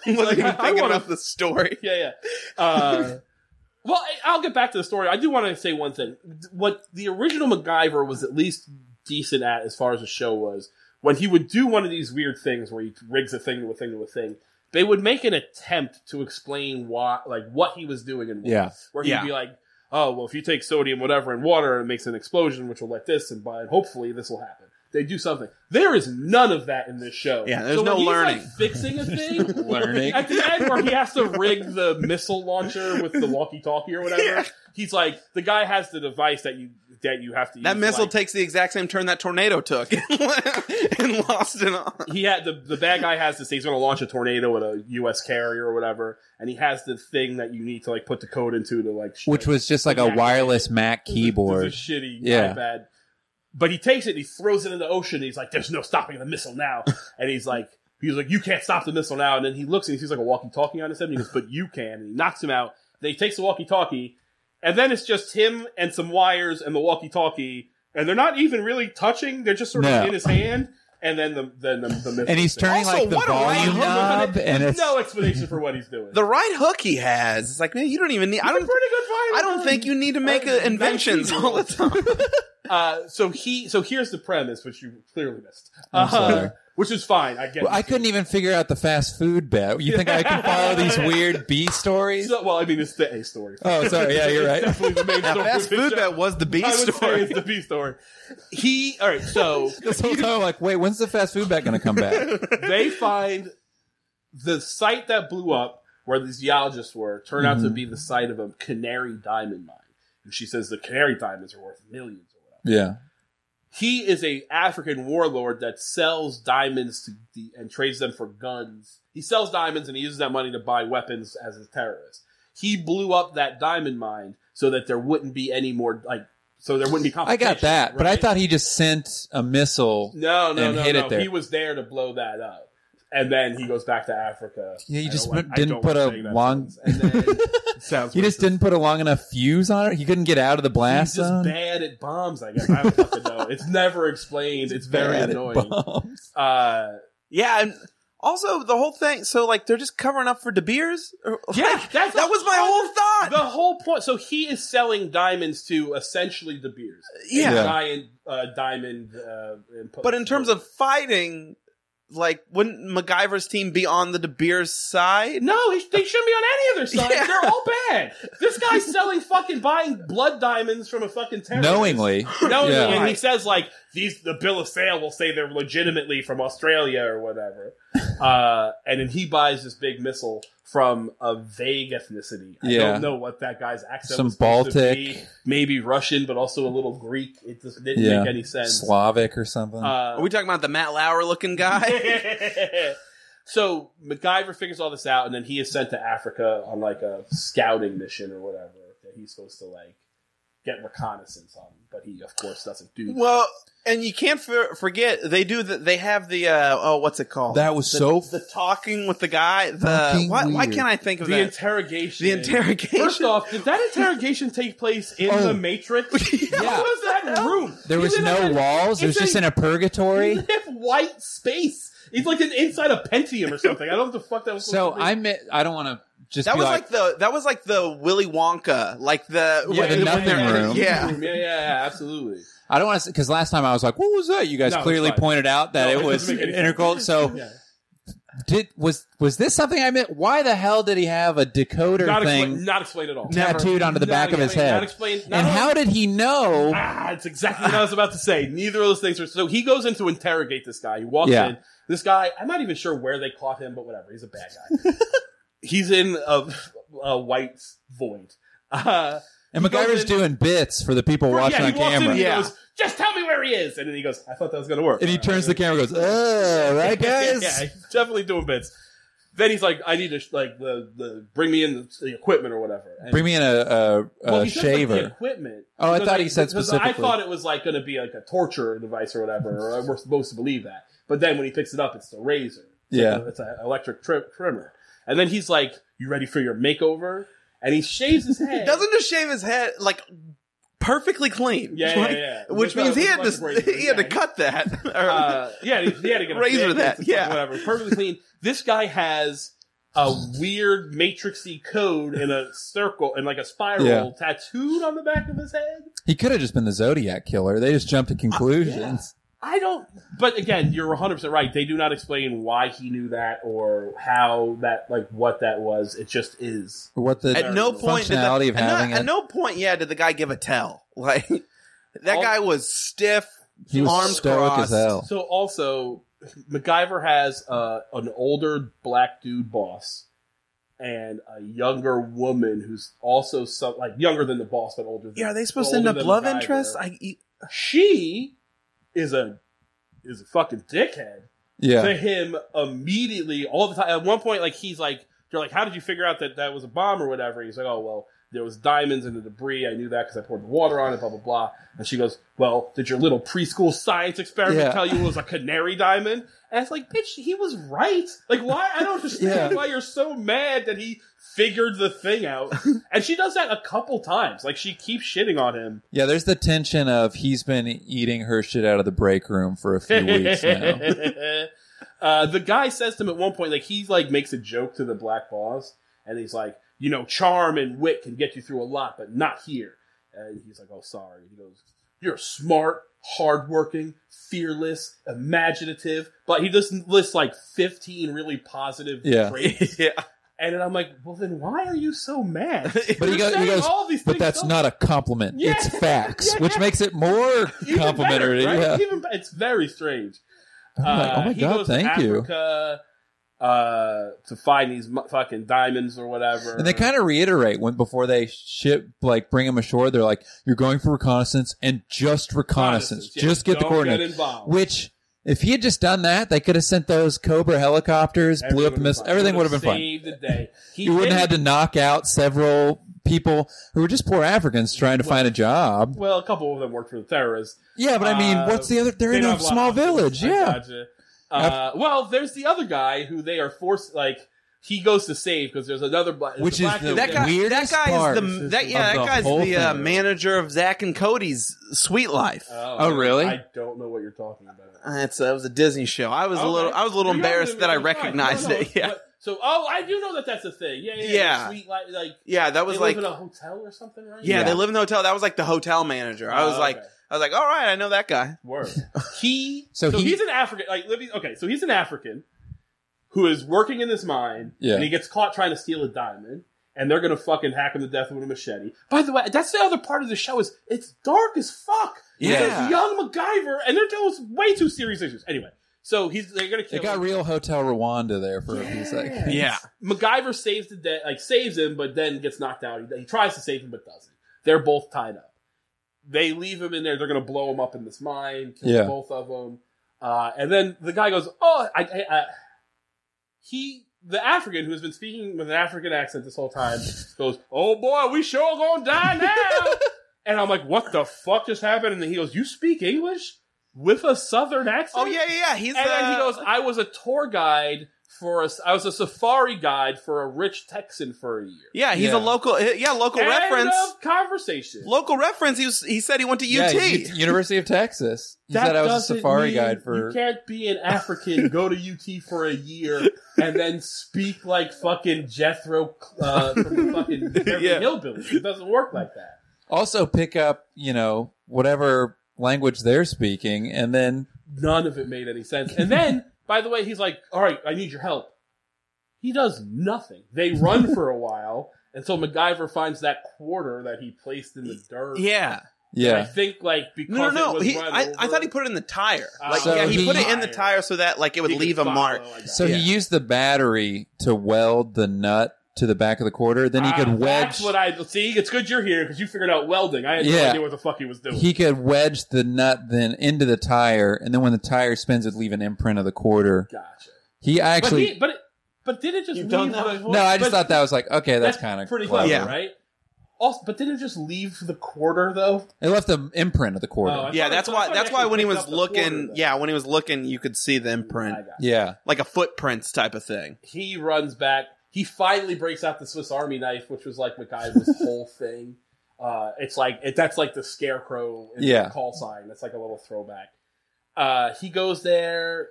Speaker 3: he
Speaker 2: like,
Speaker 3: wasn't
Speaker 2: I- I
Speaker 3: even thinking
Speaker 2: wanna-
Speaker 3: about the story.
Speaker 2: Yeah, yeah. Uh, well, I- I'll get back to the story. I do want to say one thing. What the original MacGyver was at least decent at, as far as the show was, when he would do one of these weird things where he rigs a thing to a thing to a thing, they would make an attempt to explain why, like what he was doing and why.
Speaker 4: Yeah.
Speaker 2: where he'd
Speaker 3: Yeah.
Speaker 2: be like, "Oh, well, if you take sodium, whatever, and water, it makes an explosion, which will let this and by, and hopefully this will happen." They do something. There is none of that in this show.
Speaker 3: Yeah, there's
Speaker 2: So when
Speaker 3: no
Speaker 2: he's, like,
Speaker 3: learning.
Speaker 2: fixing a thing,
Speaker 4: Learning.
Speaker 2: at the end where he has to rig the missile launcher with the walkie-talkie or whatever.
Speaker 3: Yeah.
Speaker 2: He's like, the guy has the device that you that you have to.
Speaker 3: That
Speaker 2: use,
Speaker 3: missile
Speaker 2: like-
Speaker 3: takes the exact same turn that tornado took and lost it on.
Speaker 2: he had the the bad guy has this. He's going to launch a tornado with a U.S. carrier or whatever, and he has the thing that you need to like put the code into to like. sh-
Speaker 4: Which was just like a
Speaker 2: Yeah.
Speaker 4: wireless Mac
Speaker 2: It's a-
Speaker 4: keyboard.
Speaker 2: It's a shitty
Speaker 4: Yeah.
Speaker 2: iPad. But he takes it and he throws it in the ocean. And he's like, "There's no stopping the missile now." and he's like, "He's like, you can't stop the missile now." And then he looks and he sees like a walkie-talkie on his head. And he goes, "But you can." And he knocks him out. Then he takes the walkie-talkie, and then it's just him and some wires and the walkie-talkie, and they're not even really touching. They're just sort of
Speaker 4: No.
Speaker 2: in his hand. And then the then the, the missile.
Speaker 4: and he's
Speaker 2: thing.
Speaker 4: turning
Speaker 3: Also,
Speaker 4: like the
Speaker 3: what a right
Speaker 4: volume
Speaker 3: hook.
Speaker 4: knob, and it's
Speaker 2: no explanation for what he's doing.
Speaker 3: The right hook he has. It's like, man, you don't even need. I
Speaker 2: He's a
Speaker 3: don't.
Speaker 2: pretty good fighter.
Speaker 3: I don't think you need to make uh, inventions all the time.
Speaker 2: Uh, so he, so here's the premise, which you clearly missed,
Speaker 4: I'm
Speaker 2: Uh,
Speaker 4: sorry.
Speaker 2: which is fine. I get.
Speaker 4: Well, I
Speaker 2: it.
Speaker 4: couldn't even figure out the fast food bet. You think I can follow these weird B stories?
Speaker 2: So- well, I mean, it's the A story.
Speaker 4: Oh, sorry. Yeah, you're right.
Speaker 2: Definitely the main
Speaker 3: Now,
Speaker 2: story.
Speaker 3: fast food that was the B
Speaker 2: I would say
Speaker 3: story.
Speaker 2: it's the B story. He, all right. So
Speaker 4: This whole time, I'm like, wait, when's the fast food bet going to come back?
Speaker 2: they find the site that blew up, where the geologists were, turned out to
Speaker 3: Mm-hmm.
Speaker 2: be the site of a canary diamond mine. And she says the canary diamonds are worth millions or whatever.
Speaker 4: Yeah.
Speaker 2: he is a African warlord that sells diamonds to the, and trades them for guns. He sells diamonds and he uses that money to buy weapons as a terrorist. He blew up that diamond mine so that there wouldn't be any more like so there wouldn't be
Speaker 4: I
Speaker 2: competition.
Speaker 4: got that, but I
Speaker 2: right?
Speaker 4: thought he just sent a missile.
Speaker 2: no, no,
Speaker 4: and
Speaker 2: no,
Speaker 4: hit
Speaker 2: no.
Speaker 4: it there.
Speaker 2: He was there to blow that up, and then he goes back to Africa.
Speaker 4: Yeah, you
Speaker 2: I
Speaker 4: just
Speaker 2: don't want-
Speaker 4: put-
Speaker 2: I
Speaker 4: didn't
Speaker 2: don't
Speaker 4: put
Speaker 2: want
Speaker 4: a
Speaker 2: to say that
Speaker 4: long-
Speaker 2: sentence. And then, sounds
Speaker 4: He just
Speaker 2: racist.
Speaker 4: didn't put a long enough fuse on it. He couldn't get out of the blast
Speaker 2: He's just
Speaker 4: zone.
Speaker 2: bad at bombs, I guess. I don't fucking know. It's never explained. It's very
Speaker 4: Bad at
Speaker 2: annoying.
Speaker 4: bombs.
Speaker 2: Uh,
Speaker 3: Yeah, and also the whole thing. So like, they're just covering up for De Beers. Or-
Speaker 2: Yeah, that's
Speaker 3: that was my whole thought.
Speaker 2: The whole point. So he is selling diamonds to essentially the beers.
Speaker 3: yeah.
Speaker 4: Yeah.
Speaker 2: Giant uh, diamond. Uh, impo-
Speaker 3: but in terms of fighting, like, wouldn't MacGyver's team be on the De Beers side?
Speaker 2: no, he, they shouldn't be on any other side.
Speaker 3: Yeah.
Speaker 2: They're all bad. This guy's selling fucking buying blood diamonds from a fucking terrorist.
Speaker 4: Knowingly.
Speaker 2: knowingly,
Speaker 4: Yeah.
Speaker 2: and he says like these. The bill of sale will say they're legitimately from Australia or whatever. Uh, and then he buys this big missile from a vague ethnicity. I
Speaker 4: Yeah.
Speaker 2: don't know what that guy's accent.
Speaker 4: Some
Speaker 2: was supposed to
Speaker 4: Baltic.
Speaker 2: be. maybe Russian, but also a little Greek. It just didn't
Speaker 4: Yeah.
Speaker 2: make any sense.
Speaker 4: Slavic or something.
Speaker 3: Are
Speaker 2: Uh,
Speaker 3: we talking about the Matt Lauer looking guy?
Speaker 2: so MacGyver figures all this out, and then he is sent to Africa on like a scouting mission or whatever that he's supposed to like get reconnaissance on him, but he of course doesn't do. that.
Speaker 3: Well, and you can't for, forget they do the, They have the uh, oh, what's it called?
Speaker 5: That was
Speaker 3: The-
Speaker 5: so
Speaker 3: the talking with the guy. The
Speaker 5: fucking
Speaker 3: why, why
Speaker 5: weird.
Speaker 3: can't I think of
Speaker 2: the
Speaker 3: that?
Speaker 2: interrogation.
Speaker 3: the interrogation.
Speaker 2: First off, did that interrogation take place in
Speaker 5: Oh.
Speaker 2: the Matrix? What was that room?
Speaker 4: There
Speaker 2: He's
Speaker 4: was
Speaker 2: in
Speaker 4: no
Speaker 2: a-
Speaker 4: walls. It was
Speaker 2: it's
Speaker 4: just
Speaker 2: a-
Speaker 4: in a purgatory.
Speaker 2: white space. He's like an inside a Pentium or something. I don't know what the fuck that was.
Speaker 4: So
Speaker 2: supposed to be.
Speaker 4: I mi- I don't want to just
Speaker 3: that
Speaker 4: be
Speaker 3: was like
Speaker 4: like,
Speaker 3: the that was like the Willy Wonka, like the
Speaker 4: Yeah, the
Speaker 3: when
Speaker 4: nothing
Speaker 3: they're-
Speaker 4: room.
Speaker 3: Yeah,
Speaker 2: yeah, yeah, yeah, absolutely.
Speaker 4: I don't want to because last time I was like, what was that? You guys
Speaker 2: No, it's
Speaker 4: clearly
Speaker 2: fine.
Speaker 4: pointed out that
Speaker 2: No, it
Speaker 4: it
Speaker 2: doesn't
Speaker 4: was
Speaker 2: make any sense.
Speaker 4: integral. So
Speaker 2: Yeah.
Speaker 4: did was was this something I meant? Why the hell did he have a decoder
Speaker 2: Not
Speaker 4: thing
Speaker 2: explain, not explained at all.
Speaker 4: tattooed onto the
Speaker 2: Not
Speaker 4: back of his
Speaker 2: explained,
Speaker 4: head?
Speaker 2: Not explained. not
Speaker 4: and
Speaker 2: only-
Speaker 4: how did he know?
Speaker 2: Ah, it's exactly what I was about to say. Neither of those things are. So he goes in to interrogate this guy. He walks
Speaker 4: Yeah.
Speaker 2: in. This guy, I'm not even sure where they caught him, but whatever. He's a bad guy. he's in a, a white void. Uh,
Speaker 4: and
Speaker 2: he goes
Speaker 4: MacGyver's
Speaker 2: in-
Speaker 4: doing bits for the people watching
Speaker 2: yeah,
Speaker 4: on
Speaker 2: he walks in
Speaker 4: camera.
Speaker 2: and he
Speaker 3: Yeah.
Speaker 2: goes, "Just tell me where he is." And then he goes, "I thought that was going to work." Uh,
Speaker 4: And he turns the camera, and goes, "Oh, right, guys."
Speaker 2: yeah, he's definitely doing bits. Then he's like, "I need to like the, the bring me in the, the equipment or whatever." And-
Speaker 4: Bring me in a, a, a
Speaker 2: well, he says, like,
Speaker 4: uh, shaver.
Speaker 2: the equipment.
Speaker 4: Oh, I
Speaker 2: Because,
Speaker 4: thought
Speaker 2: like,
Speaker 4: he said
Speaker 2: because I
Speaker 4: specifically.
Speaker 2: thought it was like going to be like a torture device or whatever. Or we're supposed to believe that. But then when he picks it up, it's the razor. It's
Speaker 4: Yeah.
Speaker 2: like a- it's an electric tri- trimmer. And then he's like, "You ready for your makeover?" And he shaves his head.
Speaker 3: doesn't just shave his head like perfectly clean.
Speaker 2: Yeah, yeah,
Speaker 3: Like,
Speaker 2: yeah.
Speaker 3: Which
Speaker 2: Without
Speaker 3: means he
Speaker 2: the
Speaker 3: had to
Speaker 2: electric razor,
Speaker 3: he had to
Speaker 2: yeah.
Speaker 3: cut that. Or-
Speaker 2: uh, yeah, he, he had to get a
Speaker 3: Razor
Speaker 2: fix, it's
Speaker 3: that,
Speaker 2: like,
Speaker 3: yeah.
Speaker 2: whatever, perfectly clean. This guy has a weird matrixy code in a circle and like a spiral
Speaker 4: Yeah.
Speaker 2: tattooed on the back of his head.
Speaker 4: He could have just been the Zodiac killer. They just
Speaker 3: Ah,
Speaker 4: jumped to conclusions.
Speaker 2: I don't. But again, you're 100 percent right. They do not explain why he knew that or how that, like what that was. It just is.
Speaker 4: What the
Speaker 3: at no point did the,
Speaker 4: functionality of
Speaker 3: at no-
Speaker 4: having
Speaker 3: at
Speaker 4: it.
Speaker 3: no point yeah did the guy give a tell like that
Speaker 2: All-
Speaker 3: guy was stiff
Speaker 4: he was
Speaker 3: arms
Speaker 4: stoic
Speaker 3: crossed
Speaker 4: as hell.
Speaker 2: So also, MacGyver has uh, an older black dude boss and a younger woman who's also some like younger than the boss but older. Than,
Speaker 3: yeah are they supposed to end
Speaker 2: older
Speaker 3: up
Speaker 2: than
Speaker 3: love
Speaker 2: MacGyver.
Speaker 3: interest I you-
Speaker 2: she is a is a fucking dickhead
Speaker 4: Yeah.
Speaker 2: to him immediately all the time. At one point, like he's like, they're like, "How did you figure out that that was a bomb or whatever?" He's like, "Oh well, there was diamonds in the debris. I knew that because I poured the water on it." Blah blah blah. And she goes, "Well, did your little preschool science experiment
Speaker 4: Yeah.
Speaker 2: tell you it was a canary diamond?" And it's like, "Bitch, he was right. Like, why? I don't understand
Speaker 4: Yeah.
Speaker 2: why you're so mad that he." Figured the thing out, and she does that a couple times. Like she keeps shitting on him,
Speaker 4: Yeah, there's the tension of he's been eating her shit out of the break room for a few weeks now.
Speaker 2: uh, the guy says to him at one point, like he like makes a joke to the black boss, and he's like, you know, charm and wit can get you through a lot, but not here. And he's like, oh, sorry. He goes, you're smart, hardworking, fearless, imaginative, but he doesn't list like 15 really positive
Speaker 4: Yeah.
Speaker 2: traits.
Speaker 3: yeah
Speaker 2: And then I'm like, well, then why are you so mad?
Speaker 4: But
Speaker 2: You're
Speaker 4: he goes, he
Speaker 2: saying
Speaker 4: goes
Speaker 2: all these
Speaker 4: but
Speaker 2: things
Speaker 4: that's
Speaker 2: so
Speaker 4: not a compliment.
Speaker 2: Yeah.
Speaker 4: It's facts,
Speaker 2: Yeah.
Speaker 4: which makes it more
Speaker 2: Even
Speaker 4: complimentary.
Speaker 2: better, right?
Speaker 4: yeah.
Speaker 2: Even be- it's very strange.
Speaker 4: I'm like,
Speaker 2: Uh,
Speaker 4: oh my
Speaker 2: he
Speaker 4: god,
Speaker 2: goes
Speaker 4: thank
Speaker 2: to
Speaker 4: you.
Speaker 2: Africa, Uh, to find these mu- fucking diamonds or whatever.
Speaker 4: And they kind of reiterate when before they ship, like bring him ashore, they're like, "You're going for reconnaissance and just reconnaissance.
Speaker 2: yeah,
Speaker 4: just get the
Speaker 2: don't
Speaker 4: coordinates."
Speaker 2: involved.
Speaker 4: Which, if he had just done that, they could have sent those Cobra helicopters, blew up the
Speaker 2: Everything
Speaker 4: missile.
Speaker 2: would've
Speaker 4: Everything would have been fine.
Speaker 2: saved the day. He
Speaker 4: You wouldn't
Speaker 2: didn't-
Speaker 4: have had to knock out several people who were just poor Africans trying to find a job.
Speaker 2: Well, a couple of them worked for the terrorists.
Speaker 4: Yeah, but I mean,
Speaker 2: Uh,
Speaker 4: what's the other? They're
Speaker 2: They
Speaker 4: in
Speaker 2: don't
Speaker 4: a
Speaker 2: have lot
Speaker 4: small
Speaker 2: of options.
Speaker 4: village.
Speaker 2: I
Speaker 4: Yeah,
Speaker 2: gotcha. Uh, well, there's the other guy who they are forced. Like he goes to save because there's another black.
Speaker 4: Which
Speaker 2: black
Speaker 4: is the
Speaker 2: dude
Speaker 3: that guy
Speaker 4: weirdest
Speaker 3: that guy
Speaker 4: part
Speaker 3: is the that yeah
Speaker 4: of the
Speaker 3: that
Speaker 4: whole
Speaker 3: guy's the uh,
Speaker 4: thing.
Speaker 3: manager of Zach and Cody's Sweet Life
Speaker 4: Oh, really?
Speaker 2: I don't know what you're talking about.
Speaker 3: that's uh, it was a Disney show I was a little
Speaker 2: Okay.
Speaker 3: I was a little
Speaker 2: You're
Speaker 3: embarrassed
Speaker 2: right,
Speaker 3: that I
Speaker 2: you're right.
Speaker 3: recognized
Speaker 2: No, no,
Speaker 3: it yeah
Speaker 2: but- so, oh, I do know that that's a thing. Yeah, yeah.
Speaker 3: Yeah.
Speaker 2: Sweet, like, like
Speaker 3: yeah that
Speaker 2: they
Speaker 3: was
Speaker 2: live
Speaker 3: like
Speaker 2: in a hotel or something, right?
Speaker 3: yeah,
Speaker 4: Yeah.
Speaker 3: they live in the hotel that was like the hotel manager I
Speaker 2: Oh,
Speaker 3: was like
Speaker 2: okay.
Speaker 3: I was like all right I know that guy
Speaker 2: Word. He.
Speaker 4: So
Speaker 2: So,
Speaker 4: he-
Speaker 2: he's an African. Like, let me- okay, so he's an African who is working in this mine,
Speaker 4: Yeah.
Speaker 2: and he gets caught trying to steal a diamond. And they're gonna fucking hack him to death with a machete. By the way, that's the other part of the show is it's dark as fuck.
Speaker 3: Yeah.
Speaker 2: Because it's young MacGyver, and they're dealing with way too serious issues. Anyway, so he's they're gonna kill.
Speaker 4: it got
Speaker 2: him.
Speaker 4: real Hotel Rwanda there for a few seconds.
Speaker 3: yeah
Speaker 2: MacGyver saves the day, like saves him, but then gets knocked out. He, he tries to save him, but doesn't. They're both tied up. They leave him in there. They're gonna blow him up in this mine, kill
Speaker 4: Yeah.
Speaker 2: both of them. Uh, and then the guy goes, "Oh, I, I, I he." The African who has been speaking with an African accent this whole time goes, "Oh boy, we sure gonna die now." And I'm like, what the fuck just happened? And then he goes, you speak English with a Southern accent?
Speaker 3: Oh yeah, yeah, yeah. He's
Speaker 2: And then he
Speaker 3: uh,
Speaker 2: goes, I was a tour guide for a, I was a safari guide for a rich Texan for a year.
Speaker 3: Yeah, he's
Speaker 4: Yeah.
Speaker 3: a local. Yeah, local
Speaker 2: End
Speaker 3: reference.
Speaker 2: of conversation.
Speaker 3: Local reference. He was, he said he went to
Speaker 4: Yeah,
Speaker 3: UT.
Speaker 4: U- University of Texas. He said I was a
Speaker 2: doesn't
Speaker 4: safari
Speaker 2: mean
Speaker 4: guide for.
Speaker 2: You can't be an African, go to UT for a year, and then speak like fucking Jethro uh, from the fucking Beverly
Speaker 3: Yeah.
Speaker 2: Hillbillies. It doesn't work like that.
Speaker 4: Also, pick up you know whatever language they're speaking, and then
Speaker 2: None of it made any sense. And then, by the way, he's like, "All right, I need your help." He does nothing. They run for a while until MacGyver finds that quarter that he placed in the dirt.
Speaker 3: Yeah.
Speaker 2: And I
Speaker 4: yeah,
Speaker 2: think like because
Speaker 3: No,
Speaker 2: it
Speaker 3: no, no.
Speaker 2: was
Speaker 3: He,
Speaker 2: run
Speaker 3: I, I
Speaker 2: over,
Speaker 3: thought he put it in the tire.
Speaker 2: Ah.
Speaker 3: Like,
Speaker 4: So
Speaker 3: yeah, he,
Speaker 4: he-
Speaker 3: put it in the tire so that like it would
Speaker 2: he could
Speaker 3: leave a
Speaker 2: follow,
Speaker 3: mark.
Speaker 2: I guess.
Speaker 4: so
Speaker 3: Yeah.
Speaker 4: he used the battery to weld the nut to the back of the quarter. Then he
Speaker 2: Ah,
Speaker 4: could wedge.
Speaker 2: That's what I see. It's good you're here because you figured out welding. I had no
Speaker 4: Yeah.
Speaker 2: idea what the fuck he was doing.
Speaker 4: He could wedge the nut then into the tire, and then when the tire spins, it'd leave an imprint of the quarter.
Speaker 2: gotcha.
Speaker 4: He actually,
Speaker 2: but he, but it, but did it just
Speaker 3: You've
Speaker 2: leave
Speaker 3: done that
Speaker 2: the-
Speaker 3: before?
Speaker 4: no, I just
Speaker 2: but
Speaker 4: thought that was like okay, that's, kind of
Speaker 2: pretty
Speaker 4: clever.
Speaker 2: clever,
Speaker 3: Yeah.
Speaker 2: right? Also, but didn't it just leave the quarter though?
Speaker 4: It left an imprint of the quarter.
Speaker 2: Oh, I
Speaker 3: Yeah,
Speaker 2: thought-
Speaker 3: that's
Speaker 2: I
Speaker 3: why.
Speaker 2: thought
Speaker 3: That's
Speaker 2: he
Speaker 3: why
Speaker 2: actually
Speaker 3: when he
Speaker 2: picked
Speaker 3: was
Speaker 2: up the quarter,
Speaker 3: looking,
Speaker 2: though.
Speaker 3: yeah, when he was looking, you could see the imprint,
Speaker 2: I got it.
Speaker 4: yeah,
Speaker 3: like a footprints type of thing.
Speaker 2: He runs back. He finally breaks out the Swiss Army knife, which was like MacGyver's whole thing. Uh, it's like it, that's like the scarecrow in
Speaker 4: Yeah.
Speaker 2: the call sign. That's like a little throwback. Uh, he goes there,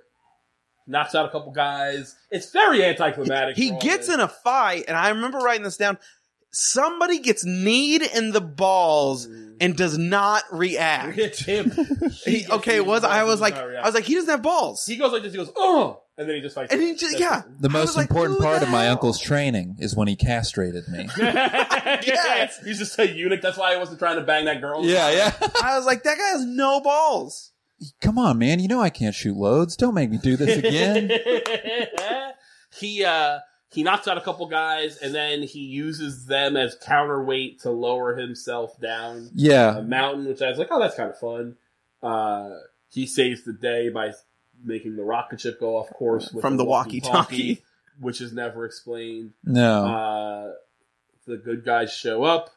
Speaker 2: knocks out a couple guys. It's very anticlimactic.
Speaker 3: He
Speaker 2: for all
Speaker 3: gets
Speaker 2: this.
Speaker 3: in a fight, and I remember writing this down. Somebody gets kneed in the balls and does not react.
Speaker 2: It's Mm. him. He
Speaker 3: He,
Speaker 2: gets
Speaker 3: okay,
Speaker 2: in
Speaker 3: was
Speaker 2: the
Speaker 3: I
Speaker 2: balls
Speaker 3: was
Speaker 2: and
Speaker 3: like,
Speaker 2: sorry,
Speaker 3: I was like, he doesn't have balls.
Speaker 2: he goes like this. He goes, oh, and then he just fights.
Speaker 3: And
Speaker 2: him.
Speaker 3: he just, yeah,
Speaker 2: That's
Speaker 4: The
Speaker 3: I was
Speaker 4: most
Speaker 3: like,
Speaker 4: important
Speaker 3: who
Speaker 4: part
Speaker 3: the
Speaker 4: of my
Speaker 3: hell?
Speaker 4: uncle's training is when he castrated me.
Speaker 2: it.
Speaker 3: Yes.
Speaker 2: he's just a eunuch. That's why I wasn't trying to bang that girl.
Speaker 4: yeah.
Speaker 3: I was like, that guy has no balls.
Speaker 4: Come on, man. You know I can't shoot loads. Don't make me do this again.
Speaker 2: he uh he knocks out a couple guys, and then he uses them as counterweight to lower himself down a
Speaker 4: yeah.
Speaker 2: mountain, which I was like, oh, that's kind of fun. Uh, he saves the day by making the rocket ship go off course with
Speaker 3: From
Speaker 2: a
Speaker 3: the walkie-talkie. Oh.
Speaker 2: which is never explained.
Speaker 4: No.
Speaker 2: Uh, the good guys show up.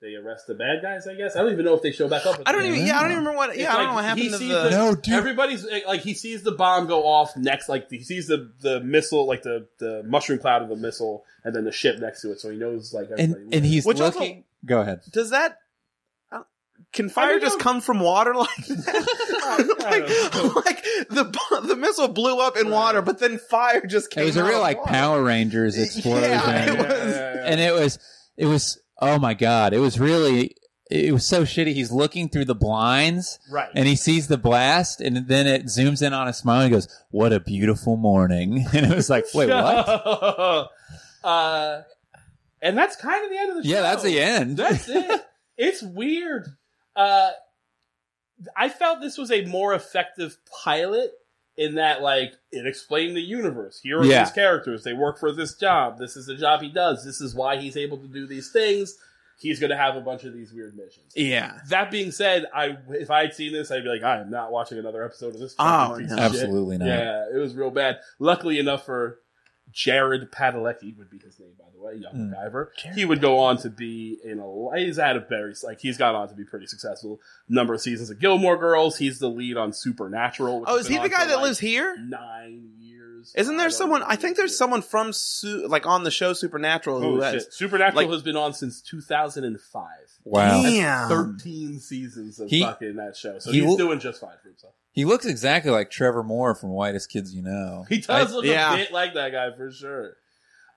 Speaker 2: They arrest the bad guys. I guess I don't even know if they show back up.
Speaker 3: I don't even. Yeah, I don't even remember what.
Speaker 2: It's
Speaker 3: Yeah, I don't
Speaker 2: like
Speaker 3: know what
Speaker 2: he
Speaker 3: happened to
Speaker 2: sees
Speaker 3: the.
Speaker 4: No, dude.
Speaker 2: Everybody's like, like he sees the bomb go off next. Like he sees the the missile, like the the mushroom cloud of the missile, and then the ship next to it. So he knows like everybody.
Speaker 4: and and he's
Speaker 3: Which also-
Speaker 4: looking. Go ahead.
Speaker 3: Does that? I don't- Can
Speaker 2: I
Speaker 3: fire
Speaker 2: don't
Speaker 3: just
Speaker 2: know.
Speaker 3: come from water like that?
Speaker 2: I don't
Speaker 3: like, like the bo- the missile blew up in water, but then fire just came.
Speaker 4: It was a
Speaker 3: out
Speaker 4: real
Speaker 3: of
Speaker 4: like
Speaker 3: water.
Speaker 4: Power Rangers explosion,
Speaker 3: Yeah, it was-
Speaker 4: and it was it was oh my god, it was really it was so shitty. He's looking through the blinds
Speaker 2: right.
Speaker 4: and he sees the blast, and then it zooms in on a smile and he goes, "What a beautiful morning!" And it was like, "Wait, what?"
Speaker 2: uh, and that's kind of the end of the show.
Speaker 4: Yeah, that's the end.
Speaker 2: That's it. It's weird. Uh, I felt this was a more effective pilot in that, like, it explained the universe. Here are
Speaker 4: Yeah.
Speaker 2: these characters. They work for this job. This is the job he does. This is why he's able to do these things. He's going to have a bunch of these weird missions.
Speaker 3: Yeah.
Speaker 2: That being said, I if I had seen this, I'd be like, I am not watching another episode of this.
Speaker 3: Oh,
Speaker 2: fucking piece
Speaker 3: no.
Speaker 2: of shit.
Speaker 4: Absolutely not.
Speaker 2: Yeah, it was real bad. Luckily enough for Jared Padalecki would be his name, by the way, young
Speaker 4: Mm.
Speaker 2: MacGyver. he would go on to be in a. lo- He's out of Barry's. Like he's gone on to be pretty successful. Number of seasons of Gilmore Girls. He's the lead on Supernatural. which
Speaker 3: Oh,
Speaker 2: has
Speaker 3: is
Speaker 2: been
Speaker 3: he the
Speaker 2: on
Speaker 3: guy
Speaker 2: for,
Speaker 3: that
Speaker 2: like,
Speaker 3: lives here?
Speaker 2: Nine years.
Speaker 3: Isn't
Speaker 2: I
Speaker 3: there
Speaker 2: don't
Speaker 3: someone?
Speaker 2: know.
Speaker 3: I think there's someone from Su- like on the show Supernatural who
Speaker 2: Oh,
Speaker 3: has.
Speaker 2: shit. Supernatural
Speaker 3: like-
Speaker 2: has been on since 2005.
Speaker 4: Wow.
Speaker 3: Damn.
Speaker 2: 13 seasons of
Speaker 4: He-
Speaker 2: fucking that show. So
Speaker 4: he
Speaker 2: he's
Speaker 4: will-
Speaker 2: doing just fine for himself.
Speaker 4: He looks exactly like Trevor Moore from Whitest Kids You Know.
Speaker 2: He does
Speaker 4: I-
Speaker 2: look
Speaker 3: yeah.
Speaker 2: a bit like that guy for sure.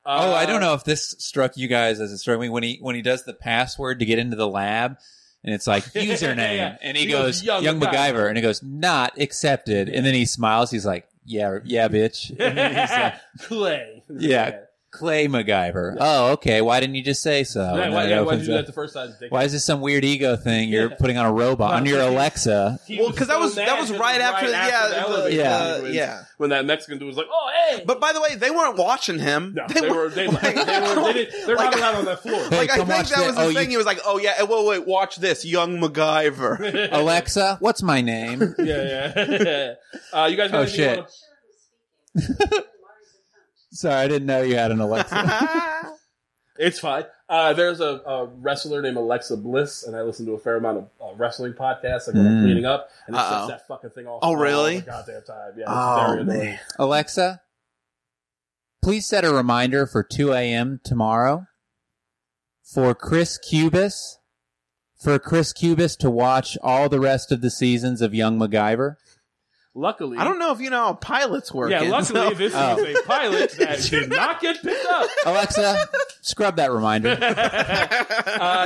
Speaker 4: oh, I
Speaker 2: Uh,
Speaker 4: don't know if this struck you guys as it struck me when he when he does the password to get into the lab, and it's like
Speaker 2: Yeah,
Speaker 4: username,
Speaker 2: yeah.
Speaker 4: and he,
Speaker 2: He
Speaker 4: goes,
Speaker 2: goes,
Speaker 4: Young,
Speaker 2: "Young
Speaker 4: MacGyver.
Speaker 2: MacGyver."
Speaker 4: and he goes not accepted, and then he smiles. He's like, yeah, yeah, bitch. And then he's like,
Speaker 2: Uh, Clay.
Speaker 4: Yeah. Clay MacGyver. Oh, okay. Why didn't you just say so?
Speaker 2: Yeah, why, yeah,
Speaker 4: And then it
Speaker 2: why'd you
Speaker 4: opens
Speaker 2: do
Speaker 4: up-
Speaker 2: that the first time? Dick?
Speaker 4: Why is this some weird ego thing you're
Speaker 2: Yeah.
Speaker 4: putting on a robot
Speaker 2: Well,
Speaker 4: on your
Speaker 2: because-
Speaker 4: Alexa?
Speaker 2: He
Speaker 3: Well, because that was
Speaker 2: so
Speaker 3: that was
Speaker 2: mad
Speaker 3: right after,
Speaker 2: the
Speaker 3: yeah
Speaker 2: elevator
Speaker 4: yeah.
Speaker 2: sequence
Speaker 3: yeah.
Speaker 2: When that Mexican dude was like, "Oh, hey!"
Speaker 3: But by the way, they weren't watching him.
Speaker 2: no, they were they, like, they were they didn't, they're
Speaker 3: Like-
Speaker 2: not allowed on that floor.
Speaker 4: Hey,
Speaker 3: like I
Speaker 4: come
Speaker 3: think
Speaker 4: watch
Speaker 3: that
Speaker 4: the-
Speaker 3: was the
Speaker 4: oh, you-
Speaker 3: thing. He was like, "Oh yeah, wait, wait, watch this, young MacGyver."
Speaker 4: Alexa, what's my name?
Speaker 2: yeah, yeah. Uh, you guys, got
Speaker 4: Oh,
Speaker 2: anything you
Speaker 4: shit.
Speaker 2: wanna-
Speaker 5: Sure who's speaking. Laura's account.
Speaker 4: Sorry, I didn't know you had an Alexa.
Speaker 3: yeah,
Speaker 2: It's fine. Uh, there's a, a wrestler named Alexa Bliss, and I listen to a fair amount of uh, wrestling podcasts like when I'm
Speaker 4: Mm.
Speaker 2: cleaning up, and it's
Speaker 3: Hmm. Uh-oh.
Speaker 2: just that fucking thing all
Speaker 3: Oh,
Speaker 2: all
Speaker 3: really?
Speaker 2: the goddamn time. Yeah. it's
Speaker 3: Oh
Speaker 2: very annoying.
Speaker 3: man.
Speaker 4: Alexa, please set a reminder for 2 a.m. tomorrow for Chris Cubis, for Chris Cubis to watch all the rest of the seasons of Young MacGyver.
Speaker 2: Luckily,
Speaker 3: I don't know if you know how pilots work.
Speaker 2: Yeah,
Speaker 3: and
Speaker 2: luckily
Speaker 3: so-
Speaker 2: this
Speaker 4: Oh.
Speaker 2: is a pilot that did not get picked up.
Speaker 4: Alexa, scrub that reminder.
Speaker 2: Uh,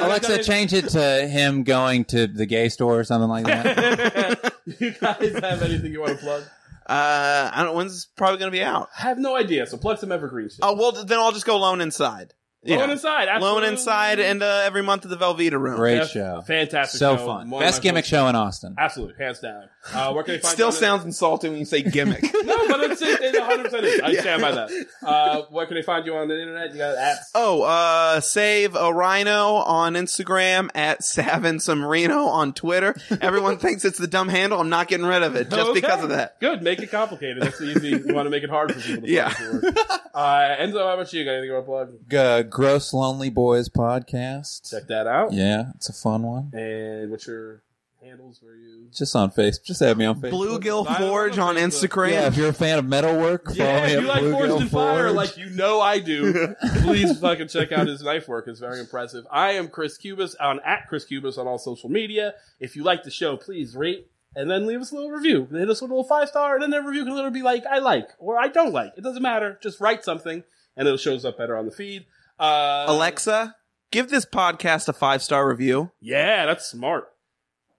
Speaker 2: you
Speaker 4: Alexa,
Speaker 2: guys-
Speaker 4: change it to him going to the gay store or something like that.
Speaker 2: you guys have anything you want to plug?
Speaker 3: Uh, I don't. When's this probably going to be out?
Speaker 2: I have no idea. So plug some evergreen shit.
Speaker 3: Oh well, then I'll just go lone inside. Yeah.
Speaker 2: Lone inside.
Speaker 3: Lone
Speaker 2: absolutely.
Speaker 3: inside, and uh, every month at the Velveeta room.
Speaker 4: Great
Speaker 2: Yeah,
Speaker 4: show.
Speaker 2: Fantastic.
Speaker 4: So
Speaker 2: show.
Speaker 4: fun.
Speaker 2: One of
Speaker 4: Best
Speaker 2: my
Speaker 4: gimmick
Speaker 2: favorites.
Speaker 4: show in Austin.
Speaker 2: Absolutely, hands down. Uh, where can they
Speaker 3: It
Speaker 2: find
Speaker 3: Still
Speaker 2: you on
Speaker 3: sounds insulting when you say gimmick.
Speaker 2: the- No, but it's it, it 100% is. I
Speaker 3: Yeah.
Speaker 2: stand by that. Uh, where can they find you on the internet? You got apps.
Speaker 3: oh, uh, save a rhino on Instagram at Savin some Reno on Twitter. Everyone thinks it's the dumb handle. I'm not getting rid of it just
Speaker 2: Okay.
Speaker 3: because of that.
Speaker 2: Good. Make it complicated. That's the easy. you want to make it hard for people to
Speaker 3: Yeah.
Speaker 2: find your work. Uh, Enzo, how about you? Got anything you want to plug?
Speaker 4: G- Gross Lonely Boys podcast.
Speaker 2: Check that out.
Speaker 4: Yeah, it's a fun one.
Speaker 2: And what's your handles? Where you?
Speaker 4: Just on Facebook. Just have me on Facebook.
Speaker 3: Bluegill
Speaker 2: I
Speaker 3: Forge
Speaker 2: love
Speaker 3: on
Speaker 2: it.
Speaker 3: Instagram.
Speaker 4: Yeah, if you're a fan of metal work, follow
Speaker 2: Yeah,
Speaker 4: me
Speaker 2: if
Speaker 4: at
Speaker 2: you like
Speaker 4: Bluegill
Speaker 2: Forged in Fire,
Speaker 4: Forge.
Speaker 2: like you know I do, please fucking check out his knife work. It's very impressive. I am Chris Cubis on at Chris Cubis on all social media. If you like the show, please rate and then leave us a little review. Hit us with a little five star, and then that review can literally be like, I like or I don't like. It doesn't matter. Just write something, and it shows up better on the feed. Uh,
Speaker 3: Alexa, give this podcast a five star review.
Speaker 2: Yeah, that's smart.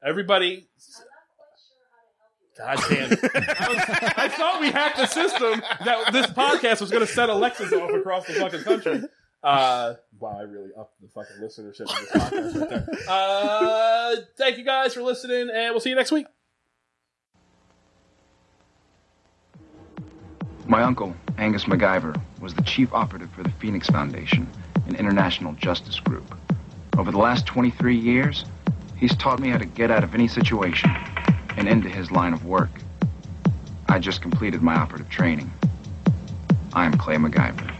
Speaker 2: Everybody. God damn it. I, was- I thought we hacked the system that this podcast was going to set Alexis off across the fucking country. Uh, wow, I really upped the fucking listenership of this podcast right there. Uh, thank you guys for listening, and we'll see you next week.
Speaker 1: My uncle, Angus MacGyver, was the chief operative for the Phoenix Foundation, an international justice group. Over the last 23 years, he's taught me how to get out of any situation and into his line of work. I just completed my operative training. I am Clay MacGyver.